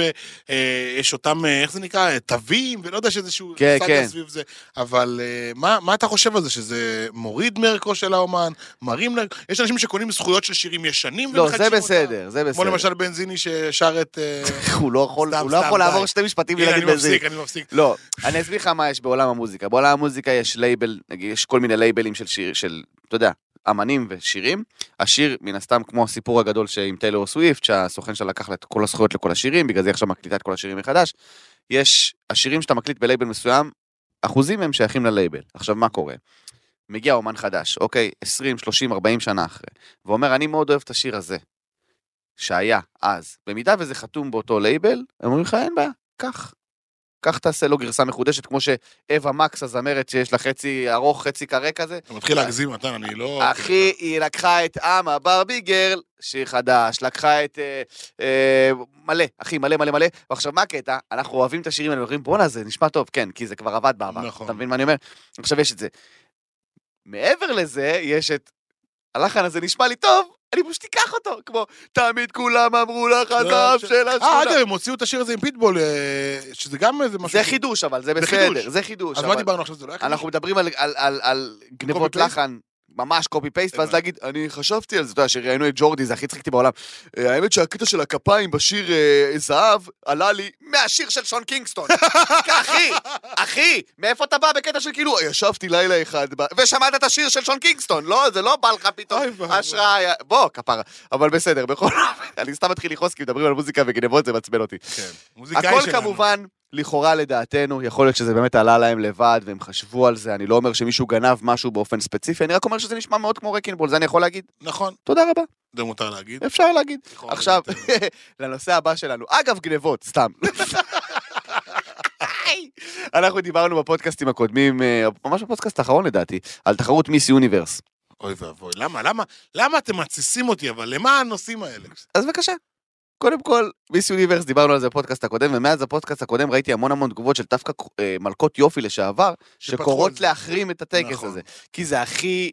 Speaker 3: ויש אותם, אה, איך זה נקרא, אה, תווים, ולא יודע שאיזשהו
Speaker 2: כן, כן.
Speaker 3: סאגה סביב זה, אבל אה, מה מה אתה חושב על זה, שזה מוריד מערכו של האומן, מרים ל... יש אנשים שקונים זכויות של שירים ישנים
Speaker 2: לא,
Speaker 3: ומחדשים
Speaker 2: זה
Speaker 3: אותם.
Speaker 2: בסדר, זה
Speaker 3: כמו
Speaker 2: בסדר.
Speaker 3: למשל בנזיני ששר את... אה,
Speaker 2: הוא לא יכול-
Speaker 3: סתם,
Speaker 2: הוא לא
Speaker 3: סתם,
Speaker 2: יכול
Speaker 3: די.
Speaker 2: לעבור שתי משפטים
Speaker 3: הנה,
Speaker 2: ולהגיד
Speaker 3: אני
Speaker 2: בזה.
Speaker 3: מפסיק, אני מפסיק.
Speaker 2: לא, אני אסביר לך מה יש בעולם המוזיקה. בעולם המוזיקה יש לייבל, נגיד, יש כל מיני לייבלים של שיר, של, אתה יודע, אמנים ושירים. השיר, מן הסתם, כמו הסיפור הגדול שעם טיילור סוויפט, שהסוכן שלה לקח לה את כל הזכויות לכל השירים, בגלל זה היא עכשיו מקליטה את כל השירים מחדש. יש, השירים שאתה מקליט בלייבל מסוים, אחוזים הם שייכים ללייבל. עכשיו, מה קורה? מגיע אומן חדש, אוקיי, 20, 30, 40 שנה אחרי, ואומר, אני מאוד אוהב את השיר הזה, שהיה אז. במידה וזה חתום באותו לייבל, הם אומרים לך, אין בעיה, קח. כך תעשה לו גרסה מחודשת, כמו שאווה מקס, הזמרת שיש לה חצי ארוך, חצי קרה כזה.
Speaker 3: אתה מתחיל להגזים, מתן, אני לא...
Speaker 2: אחי, היא לקחה את אמה ברבי גרל, שיר חדש, לקחה את... אה, אה, מלא, אחי, מלא מלא מלא. ועכשיו, מה הקטע? אנחנו אוהבים את השירים האלה, אומרים, בואנה, זה נשמע טוב, כן, כי זה כבר עבד בעבר.
Speaker 3: נכון.
Speaker 2: אתה מבין מה אני אומר? עכשיו יש את זה. מעבר לזה, יש את הלחן הזה נשמע לי טוב, אני פשוט אקח אותו, כמו תמיד כולם אמרו לך הזהב
Speaker 3: ש-
Speaker 2: של
Speaker 3: אה, אגב,
Speaker 2: השכונה.
Speaker 3: הם הוציאו את השיר הזה עם פיטבול, אה, שזה גם איזה משהו...
Speaker 2: זה
Speaker 3: ש-
Speaker 2: חידוש אבל, זה
Speaker 3: זה
Speaker 2: בסדר,
Speaker 3: חידוש.
Speaker 2: זה חידוש.
Speaker 3: אז
Speaker 2: אבל
Speaker 3: מה דיברנו עכשיו? זה לא היה
Speaker 2: אנחנו
Speaker 3: חידוש?
Speaker 2: מדברים על- על- על- על גנבות
Speaker 3: Copy-paste?
Speaker 2: לחן, ממש קופי פייסט, ואז
Speaker 3: הבנתי.
Speaker 2: להגיד, אני חשבתי על זה, אתה יודע, שראיינו את ג'ורדי, זה הכי צחקתי בעולם. אה, האמת שהקטע של הכפיים בשיר אה, זהב עלה לי מהשיר של שון קינגסטון. אחי, אחי, מאיפה אתה בא בקטע של כאילו, ישבתי לילה אחד ב- ושמעת את השיר של שון קינגסטון, לא, זה לא בא לך פתאום
Speaker 3: אוי ואבוי.
Speaker 2: השראה, היה- בוא, כפרה. אבל בסדר, בכל אופן, אני סתם מתחיל לכעוס כי מדברים על מוזיקה וגנבות, זה מעצבן אותי.
Speaker 3: כן, מוזיקאי
Speaker 2: הכל
Speaker 3: שלנו.
Speaker 2: כמובן, לכאורה לדעתנו, יכול להיות שזה באמת עלה להם לבד והם חשבו על זה, אני לא אומר שמישהו גנב משהו באופן ספציפי, אני רק אומר שזה נשמע מאוד כמו רקינבול, זה אני יכול להגיד,
Speaker 3: נכון,
Speaker 2: תודה רבה,
Speaker 3: זה מותר להגיד.
Speaker 2: אפשר להגיד.
Speaker 3: לכאורה
Speaker 2: עכשיו,
Speaker 3: זה
Speaker 2: לנושא הבא שלנו, אגב גנבות, סתם. אנחנו דיברנו בפודקאסטים הקודמים, אה, ממש בפודקאסט האחרון לדעתי, על תחרות מיס יוניברס.
Speaker 3: אוי ואבוי, למה, למה, למה אתם מתסיסים אותי, אבל למה הנושאים האלה?
Speaker 2: אז בבקשה. קודם כל, מיס יוניברס, דיברנו על זה בפודקאסט הקודם, ומאז הפודקאסט הקודם ראיתי המון המון תגובות של דווקא אה, מלכות יופי לשעבר,
Speaker 3: שפתחו על
Speaker 2: שקוראות
Speaker 3: זה.
Speaker 2: להחרים את הטקס
Speaker 3: נכון.
Speaker 2: הזה. כי זה הכי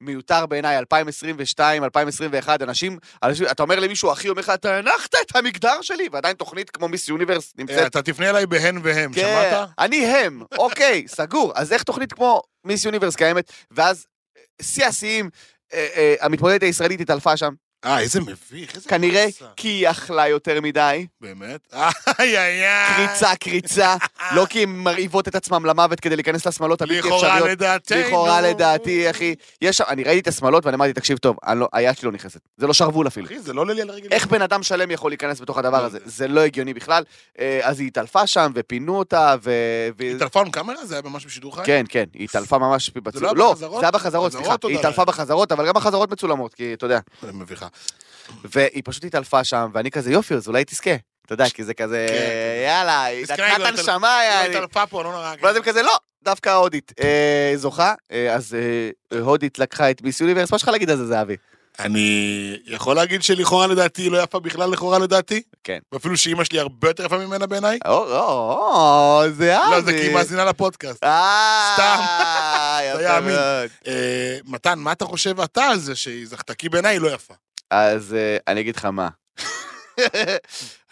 Speaker 2: מיותר בעיניי, 2022, 2021, אנשים, אנשים, אתה אומר למישהו, אחי, אומר לך, אתה הנחת את המגדר שלי, ועדיין תוכנית כמו מיס יוניברס
Speaker 3: אה,
Speaker 2: נמצאת.
Speaker 3: אתה תפנה אליי בהן והן,
Speaker 2: כן.
Speaker 3: שמעת?
Speaker 2: אני הם, אוקיי, סגור. אז איך תוכנית כמו מיס יוניברס קיימת, ואז שיא השיאים, אה, אה, המתמודדת הישראלית התעלפה שם,
Speaker 3: אה, איזה מביך, איזה...
Speaker 2: כנראה
Speaker 3: באסה.
Speaker 2: כי היא אכלה יותר מדי.
Speaker 3: באמת? איי, איי, איי.
Speaker 2: קריצה, קריצה, לא כי הן מרעיבות את עצמם למוות כדי להיכנס לשמאלות הבלתי
Speaker 3: לכאורה
Speaker 2: אפשריות.
Speaker 3: לדעתנו.
Speaker 2: לכאורה לדעתי, אחי, יש שם, אני ראיתי את השמאלות ואני אמרתי, תקשיב טוב, אני לא- היד שלי לא נכנסת. זה לא שרוול אפילו.
Speaker 3: אחי, זה לא עולה לי על הרגל.
Speaker 2: איך בן אדם שלם יכול להיכנס בתוך הדבר
Speaker 3: לא
Speaker 2: הזה?
Speaker 3: יודע. זה
Speaker 2: זה לא הגיוני בכלל. אה, אז היא התעלפה שם ופינו אותה, ו... ו-
Speaker 3: טלפון קאמרה? זה היה ממש בשידור חי?
Speaker 2: כן, כן, היא התעלפה ממש
Speaker 3: לא
Speaker 2: בצילום.
Speaker 3: היה
Speaker 2: לא, זה
Speaker 3: בחזרות?
Speaker 2: היה בחזרות, סליחה.
Speaker 3: חזרות עוד
Speaker 2: היא
Speaker 3: עליי.
Speaker 2: התעלפה בחזרות, אבל גם החזרות מצולמות, כי אתה יודע.
Speaker 3: זה מביכה.
Speaker 2: והיא פשוט התעלפה שם, ואני כזה, יופי, אז אולי תזכה. אתה יודע, כי זה כזה,
Speaker 3: כן, כן.
Speaker 2: יאללה, היא
Speaker 3: מסכנה,
Speaker 2: נתנה
Speaker 3: היא
Speaker 2: את
Speaker 3: לא
Speaker 2: הנשמה,
Speaker 3: היא
Speaker 2: יאללה.
Speaker 3: התעלפה פה, לא נורא.
Speaker 2: ואז הם כזה, לא, דווקא ההודית אה, זוכה, אה, אז אה, הודית לקחה את מיס יוניברס, מה יש לך להגיד על זה, זהבי?
Speaker 3: אני יכול להגיד שלכאורה לדעתי היא לא יפה בכלל, לכאורה לדעתי?
Speaker 2: כן.
Speaker 3: ואפילו שאימא שלי הרבה יותר יפה ממנה בעיניי?
Speaker 2: או, או, או, זהבי.
Speaker 3: לא, זה כי היא מאזינה לפודקאסט.
Speaker 2: אה,
Speaker 3: סתם.
Speaker 2: יפה
Speaker 3: לא יאמין.
Speaker 2: מאוד.
Speaker 3: אה, מתן, מה אתה חושב אתה על זה שהיא זכתה? כי בעיניי היא לא יפה.
Speaker 2: אז אה, אני אגיד לך מה.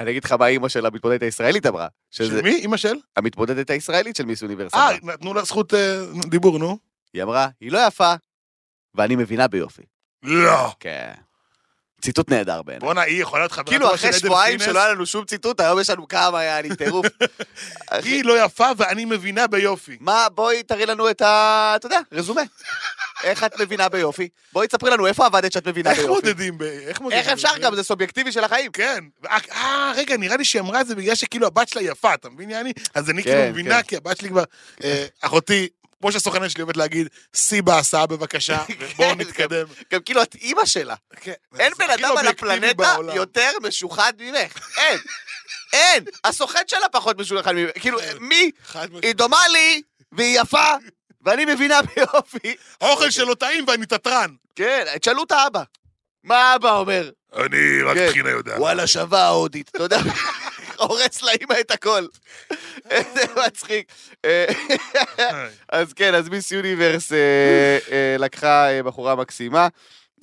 Speaker 2: אני אגיד לך מה אימא של המתמודדת הישראלית אמרה. שזה
Speaker 3: של מי? אימא של?
Speaker 2: המתמודדת הישראלית של מיס יוניברס.
Speaker 3: אה,
Speaker 2: אמרה.
Speaker 3: נתנו לה זכות אה, דיבור, נו.
Speaker 2: היא אמרה, היא לא יפה, ואני מבינה ביופי.
Speaker 3: לא.
Speaker 2: כן. ציטוט נהדר בעיניי.
Speaker 3: בואנה, היא יכולה להיות חברה
Speaker 2: כאילו,
Speaker 3: טובה של
Speaker 2: אחרי
Speaker 3: עדן
Speaker 2: שבועיים
Speaker 3: פינס?
Speaker 2: שלא היה לנו שום ציטוט, היום יש לנו כמה, יעני, טירוף. אחי,
Speaker 3: היא לא יפה ואני מבינה ביופי.
Speaker 2: מה, בואי תראי לנו את ה... אתה יודע, רזומה. איך את מבינה ביופי? בואי תספרי לנו איפה עבדת שאת מבינה
Speaker 3: איך
Speaker 2: ביופי.
Speaker 3: מודדים? ב- איך מודדים?
Speaker 2: איך אפשר
Speaker 3: ביופי?
Speaker 2: גם, זה סובייקטיבי של החיים.
Speaker 3: כן. אה, אה, רגע, נראה לי שהיא אמרה את זה בגלל שכאילו הבת שלה יפה, אתה מבין, יעני? אז אני
Speaker 2: כן,
Speaker 3: כאילו מבינה,
Speaker 2: כן.
Speaker 3: כי הבת שלי כבר... אה, אחותי, כמו שהסוכנת שלי אוהבת להגיד, סי בהסעה בבקשה, ובואו
Speaker 2: כן,
Speaker 3: נתקדם.
Speaker 2: גם כאילו, את אימא שלה.
Speaker 3: כן,
Speaker 2: אין
Speaker 3: זה
Speaker 2: בן
Speaker 3: הכי לא
Speaker 2: אדם על
Speaker 3: אובייקטיבי
Speaker 2: הפלנטה
Speaker 3: בעולם.
Speaker 2: יותר משוחד ממך. אין. אין. הסוכן שלה פחות משוחד ממך. כאילו,
Speaker 3: כן.
Speaker 2: מי?
Speaker 3: חד משמעית.
Speaker 2: היא דומה לי, והיא יפה, ואני מבינה ביופי.
Speaker 3: האוכל שלו טעים ואני תתרן.
Speaker 2: כן, תשאלו את האבא. מה אבא אומר?
Speaker 3: אני רק
Speaker 2: כן.
Speaker 3: טחינה יודע.
Speaker 2: וואלה, שווה ההודית, אתה יודע, הורס לאימא את הכל. איזה מצחיק. אה, אז כן, אז מיס יוניברס אה, אה, לקחה אה, בחורה מקסימה.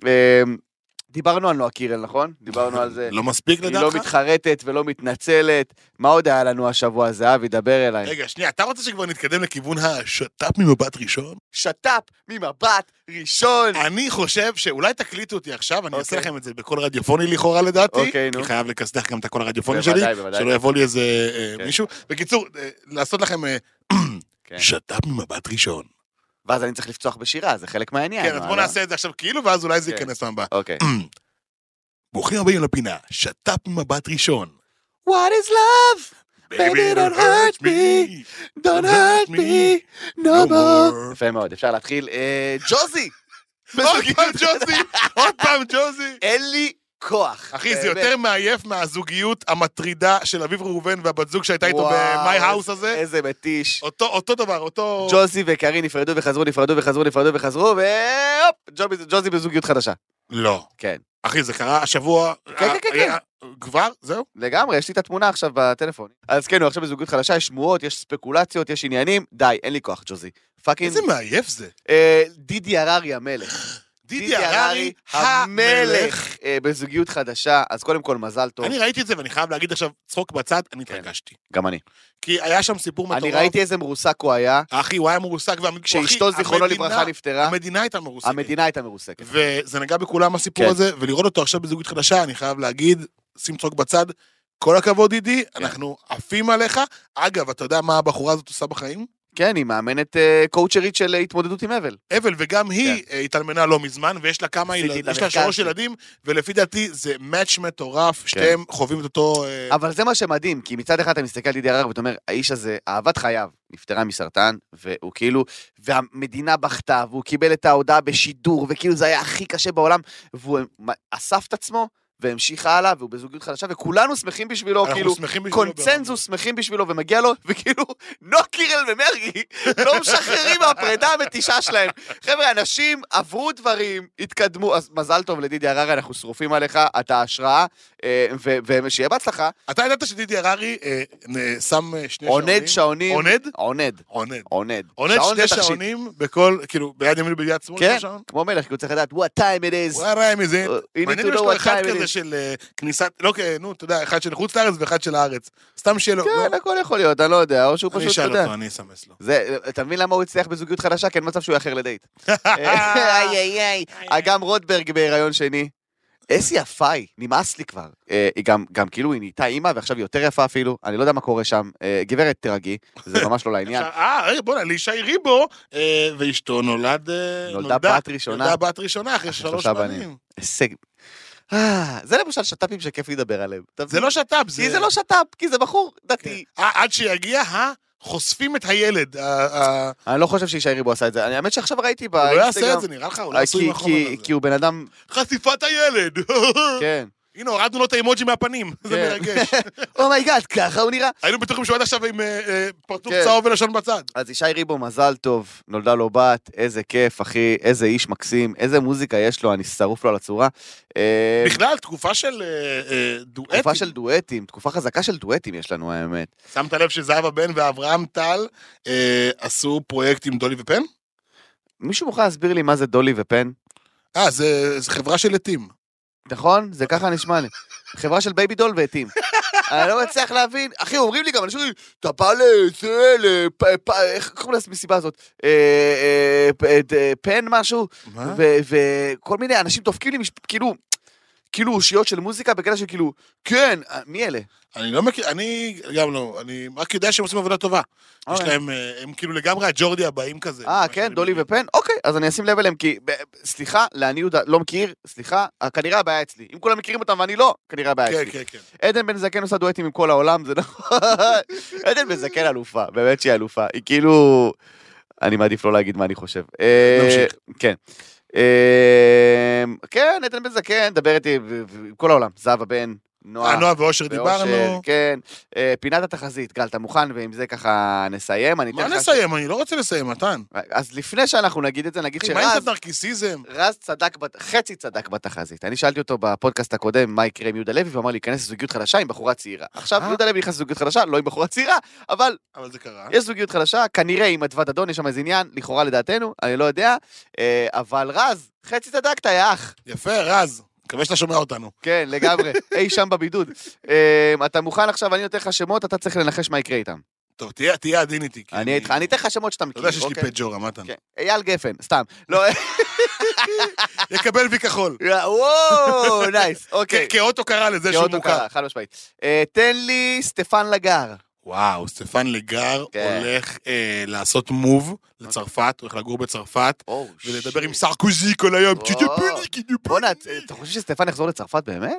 Speaker 2: אה, דיברנו על נועה קירל, נכון? דיברנו על זה.
Speaker 3: לא מספיק
Speaker 2: היא לא
Speaker 3: לדעתך?
Speaker 2: מתחרטת ולא מתנצלת. מה עוד היה לנו השבוע, זהבי? דבר אליי.
Speaker 3: רגע, שנייה, אתה רוצה שכבר נתקדם לכיוון השת"פ ממבט ראשון?
Speaker 2: שת"פ ממבט ראשון.
Speaker 3: אני חושב שאולי תקליטו אותי עכשיו, אני אעשה
Speaker 2: אוקיי.
Speaker 3: לכם את זה בקול רדיופוני לכאורה לדעתי.
Speaker 2: אוקיי, נו.
Speaker 3: כי חייב לכסדח גם את הקול הרדיופוני
Speaker 2: בוודאי,
Speaker 3: שלי,
Speaker 2: בוודאי.
Speaker 3: נכון, שלא יבוא לי איזה אה,
Speaker 2: כן.
Speaker 3: מישהו. בקיצור, אה, לעשות לכם אה,
Speaker 2: כן.
Speaker 3: שת"פ ממבט ראשון.
Speaker 2: ואז אני צריך לפצוח בשירה, זה חלק מהעניין.
Speaker 3: כן, אז
Speaker 2: מה,
Speaker 3: בואו
Speaker 2: לא?
Speaker 3: נעשה את זה עכשיו כאילו, ואז אולי זה
Speaker 2: כן.
Speaker 3: ייכנס פעם הבאה.
Speaker 2: אוקיי.
Speaker 3: ברוכים הבאים לפינה, שת"פ ממבט ראשון.
Speaker 2: What is love? Baby, don't hurt me. Don't hurt me no
Speaker 3: No more.
Speaker 2: more. יפה מאוד, אפשר להתחיל. אה, ג'וזי!
Speaker 3: עוד פעם ג'וזי, עוד פעם ג'וזי.
Speaker 2: אין לי כוח.
Speaker 3: אחי, זה
Speaker 2: כן, באמת.
Speaker 3: יותר מעייף מהזוגיות המטרידה של אביב ראובן והבת זוג שהייתה איתו
Speaker 2: וואו, אה,
Speaker 3: ב-My House הזה.
Speaker 2: איזה מתיש.
Speaker 3: אותו- אותו דבר, אותו...
Speaker 2: ג'וזי וקארין נפרדו וחזרו, נפרדו וחזרו, נפרדו וחזרו, והופ! ג'ובי- ג'וזי בזוגיות חדשה.
Speaker 3: לא.
Speaker 2: כן.
Speaker 3: אחי, זה קרה השבוע...
Speaker 2: כן, כן,
Speaker 3: היה- כבר? זהו?
Speaker 2: לגמרי, יש לי את התמונה עכשיו בטלפון. אז כן, הוא עכשיו בזוגיות חדשה, יש שמועות, יש ספקולציות, יש כן. עניינים. די, אין לי כוח, ג'וזי. פאקינג...
Speaker 3: איזה מעייף זה.
Speaker 2: אה, דידי הררי המלך.
Speaker 3: דידי הררי המלך.
Speaker 2: אה, בזוגיות חדשה, אז קודם כל מזל טוב.
Speaker 3: אני ראיתי את זה, ואני חייב להגיד עכשיו, צחוק בצד, אני התרגשתי.
Speaker 2: גם אני.
Speaker 3: כי היה שם סיפור מטורף.
Speaker 2: אני ראיתי איזה מרוסק הוא היה,
Speaker 3: אחי, הוא היה מרוסק, והמ-
Speaker 2: כשאשתו
Speaker 3: אחי,
Speaker 2: זיכרונו
Speaker 3: המדינה-
Speaker 2: לברכה נפטרה,
Speaker 3: המדינה הייתה מרוסקת.
Speaker 2: המדינה הייתה מרוסקת.
Speaker 3: וזה נגע בכולם הסיפור
Speaker 2: כן.
Speaker 3: הזה, ולראות אותו עכשיו בזוגיות חדשה, אני חייב להגיד, שים צחוק בצד, כל הכבוד ידידי,
Speaker 2: כן.
Speaker 3: אנחנו עפים עליך. אגב, אתה יודע מה הבחורה הזאת עושה בחיים?
Speaker 2: כן, היא מאמנת אה, קואוצ'רית של אה, התמודדות עם אבל.
Speaker 3: אבל, וגם היא אה, התאלמנה לא מזמן, ויש לה כמה
Speaker 2: כן. עשיתי את
Speaker 3: ילדים, יש לה
Speaker 2: המחקר
Speaker 3: שלוש
Speaker 2: שלי. כן.
Speaker 3: ילדים, ולפי דעתי זה מאץ' מטורף, שתיהם חווים את אותו... אה,
Speaker 2: אבל זה מה שמדהים, כי מצד אחד אתה מסתכל על דידי הררי ואתה אומר, האיש הזה, אהבת חייו, נפטרה מסרטן, והוא כאילו, והמדינה בכתה, והוא קיבל את ההודעה בשידור, וכאילו זה היה הכי קשה בעולם, והוא מ- אסף את עצמו, והמשיך הלאה, והוא בזוגיות חדשה, וכולנו שמחים בשבילו,
Speaker 3: אנחנו
Speaker 2: כאילו,
Speaker 3: שמחים בשבילו ברמה.
Speaker 2: קונצנזוס שמחים בשבילו ומגיע לו, וכאילו, נו קירל ומרגי לא משחררים מהפרידה המתישה שלהם. חבר'ה, אנשים עברו דברים, התקדמו, אז מזל טוב לדידי הררי, אנחנו שרופים עליך, אתה השראה, אה, ו- ושיהיה בהצלחה.
Speaker 3: אתה ידעת שדידי הררי אה, נ- שם אה, שני שעונים?
Speaker 2: עונד שעונים.
Speaker 3: עונד?
Speaker 2: עונד.
Speaker 3: עונד.
Speaker 2: עונד.
Speaker 3: עונד
Speaker 2: שעון
Speaker 3: שני
Speaker 2: ותכשיט.
Speaker 3: שעונים בכל, כאילו, ביד ימין וביד שמאל,
Speaker 2: כן,
Speaker 3: שני שעון.
Speaker 2: כמו מלך, כי הוא צריך לדעת, what time it is.
Speaker 3: הוא היה רעי מזה.
Speaker 2: Uh, you need to
Speaker 3: מעניין אם יש
Speaker 2: know
Speaker 3: לו
Speaker 2: what
Speaker 3: אחד
Speaker 2: time it
Speaker 3: כזה
Speaker 2: is.
Speaker 3: של אה, כניסת, לא, כן, נו, אתה יודע, אחד של חוץ לארץ ואחד של הארץ. סתם שיהיה לו.
Speaker 2: כן,
Speaker 3: לא,
Speaker 2: הכל יכול להיות, אני לא יודע, או שהוא
Speaker 3: אני
Speaker 2: פשוט, אתה
Speaker 3: אשאל
Speaker 2: יודע.
Speaker 3: אותו, אני אסמס לו.
Speaker 2: זה, אתה מבין למה הוא הצליח בזוגיות חדשה? כי אין מצב שהוא יאחר לדייט. אה, איי איי איי.
Speaker 3: אה,
Speaker 2: אגם רוטברג בהיריון שני. איזה יפה היא, נמאס לי כבר. אה, היא גם, גם כאילו היא נהייתה אימא ועכשיו היא יותר יפה אפילו, אני לא יודע מה קורה שם. אה, גברת, תרגי, זה ממש לא לעניין.
Speaker 3: עכשיו, אה, אה, בוא'נה, לישי ריבו, אה, ואשתו נולד... אה,
Speaker 2: נולדה בת ראשונה.
Speaker 3: נולדה בת ראשונה אחרי
Speaker 2: אחרי
Speaker 3: שלוש
Speaker 2: שלושה בנים.
Speaker 3: שנים.
Speaker 2: הישג. אה, זה למשל שת"פים שכיף לדבר עליהם. אתה
Speaker 3: זה
Speaker 2: מבין?
Speaker 3: לא שת"פ, זה...
Speaker 2: כי זה לא שת"פ, כי זה בחור דתי.
Speaker 3: אה, עד שיגיע, ה... חושפים את הילד. ה- ה-
Speaker 2: אני לא חושב שישי ריבו עשה את זה. אני- האמת שעכשיו ראיתי
Speaker 3: הוא לא יעשה
Speaker 2: באינסטגרם.
Speaker 3: את זה, נראה לך? הוא לא
Speaker 2: אה,
Speaker 3: עשוי
Speaker 2: כי-
Speaker 3: מהחומר
Speaker 2: כי-
Speaker 3: הזה.
Speaker 2: כי הוא בן אדם,
Speaker 3: חשיפת הילד.
Speaker 2: כן.
Speaker 3: הנה, הורדנו לו את האימוג'י מהפנים. זה
Speaker 2: כן.
Speaker 3: מרגש.
Speaker 2: אומייגאד, ככה הוא נראה.
Speaker 3: היינו בטוחים שהוא עד עכשיו עם אה, אה, פרצוף
Speaker 2: כן.
Speaker 3: צהוב ולשון בצד.
Speaker 2: אז ישי ריבו, מזל טוב, נולדה לו בת, איזה כיף, אחי, איזה איש מקסים, איזה מוזיקה יש לו, אני שרוף לו על הצורה. אה,
Speaker 3: בכלל, תקופה של אה, אה, דואטים.
Speaker 2: תקופה של דואטים, תקופה חזקה של דואטים יש לנו, האמת.
Speaker 3: שמת לב שזהבה בן ואברהם טל אה, עשו פרויקט עם דולי ופן?
Speaker 2: מישהו מוכן להסביר לי מה זה דולי ופן?
Speaker 3: אה, זה, זה חברה של עטים.
Speaker 2: נכון? זה ככה נשמע לי. חברה של בייבי דול ועטים. אני לא מצליח להבין. אחי, אומרים לי גם, אנשים אומרים, אתה בא לזה, לפ- פ- איך קוראים למסיבה הזאת? אה, אה, פ- אה, אה, פן משהו?
Speaker 3: מה?
Speaker 2: וכל מיני אנשים דופקים לי, מש- כאילו, כאילו אושיות של מוזיקה בקטע של כאילו, כן, אה, מי אלה?
Speaker 3: אני לא מכיר, אני גם לא, אני רק יודע שהם עושים עבודה טובה. יש
Speaker 2: אוקיי.
Speaker 3: להם, אה, הם כאילו לגמרי הג'ורדי הבאים כזה.
Speaker 2: אה,
Speaker 3: מה
Speaker 2: כן,
Speaker 3: שאני
Speaker 2: דולי
Speaker 3: מבין.
Speaker 2: ופן? אוקיי, אז אני אשים לב אליהם, כי... ב- ב- סליחה, לעניות ה- לא מכיר, סליחה, אה, כנראה הבעיה אצלי. אם כולם מכירים אותם ואני לא, כנראה הבעיה
Speaker 3: כן,
Speaker 2: אצלי.
Speaker 3: כן, כן.
Speaker 2: עדן בן זקן עושה דואטים עם כל העולם, זה נכון. עדן בן זקן אלופה, באמת שהיא אלופה. היא כאילו... אני מעדיף לא להגיד מה אני חושב. אה,
Speaker 3: נמשיך.
Speaker 2: כן. אה, כן, עדן בן זקן, דבר איתי ו- ו- עם כל העולם. זהבה בן, נועה.
Speaker 3: אה, נועה ואושר
Speaker 2: ואושר,
Speaker 3: דיברנו.
Speaker 2: כן. אה, פינת התחזית, גל, אתה מוכן? ועם זה ככה נסיים. אני
Speaker 3: מה
Speaker 2: אתן לך- אה,
Speaker 3: נסיים? אני לא רוצה לסיים, מתן.
Speaker 2: אז לפני שאנחנו נגיד את זה, נגיד
Speaker 3: אחי, מה עם קצת
Speaker 2: שרז...
Speaker 3: נרקיסיזם?
Speaker 2: רז צדק, בת- חצי צדק בתחזית. אני שאלתי אותו בפודקאסט הקודם מה יקרה עם יהודה לוי, והוא אמר לי, להיכנס לזוגיות חדשה עם בחורה צעירה. עכשיו,
Speaker 3: אה?
Speaker 2: יהודה לוי נכנס לזוגיות חדשה, לא עם בחורה צעירה, אבל
Speaker 3: אבל זה קרה.
Speaker 2: יש זוגיות חדשה, כנראה עם אדוות אדון, יש שם איזה עניין, לכאורה לדעתנו, אני לא יודע, אה, אבל רז, חצי צדקת, יא אח.
Speaker 3: יפה, רז. מקווה שאתה שומע אותנו.
Speaker 2: כן, לגמרי, אי שם בבידוד. אה, אתה מוכן עכשיו, אני נותן לך שמות, אתה צריך לנחש מה יקרה איתם.
Speaker 3: טוב, תהיה תהיה עדין איתי. כי
Speaker 2: אני איתך, אני אתן לך שמות שאתה
Speaker 3: כן. אתה
Speaker 2: מכיר,
Speaker 3: יודע שיש לי
Speaker 2: אוקיי?
Speaker 3: פג'ורה, מתן.
Speaker 2: כן. אייל גפן, סתם. לא,
Speaker 3: יקבל וי כחול.
Speaker 2: אה, וואו, נייס, אוקיי.
Speaker 3: כ- כאוטו קרא לזה שהוא
Speaker 2: כאות
Speaker 3: מוכר.
Speaker 2: הוקרה, חד משמעית. אה, תן לי סטפן לגר.
Speaker 3: וואו, סטפן לגר
Speaker 2: כן.
Speaker 3: הולך אה, לעשות מוב לצרפת, הולך לגור בצרפת, ולדבר עם סרקוזי כל היום.
Speaker 2: וואו.
Speaker 3: "צ'יטפוני, קיטפוני".
Speaker 2: בואנה, את- אה, אתה חושב שסטפן יחזור לצרפת באמת?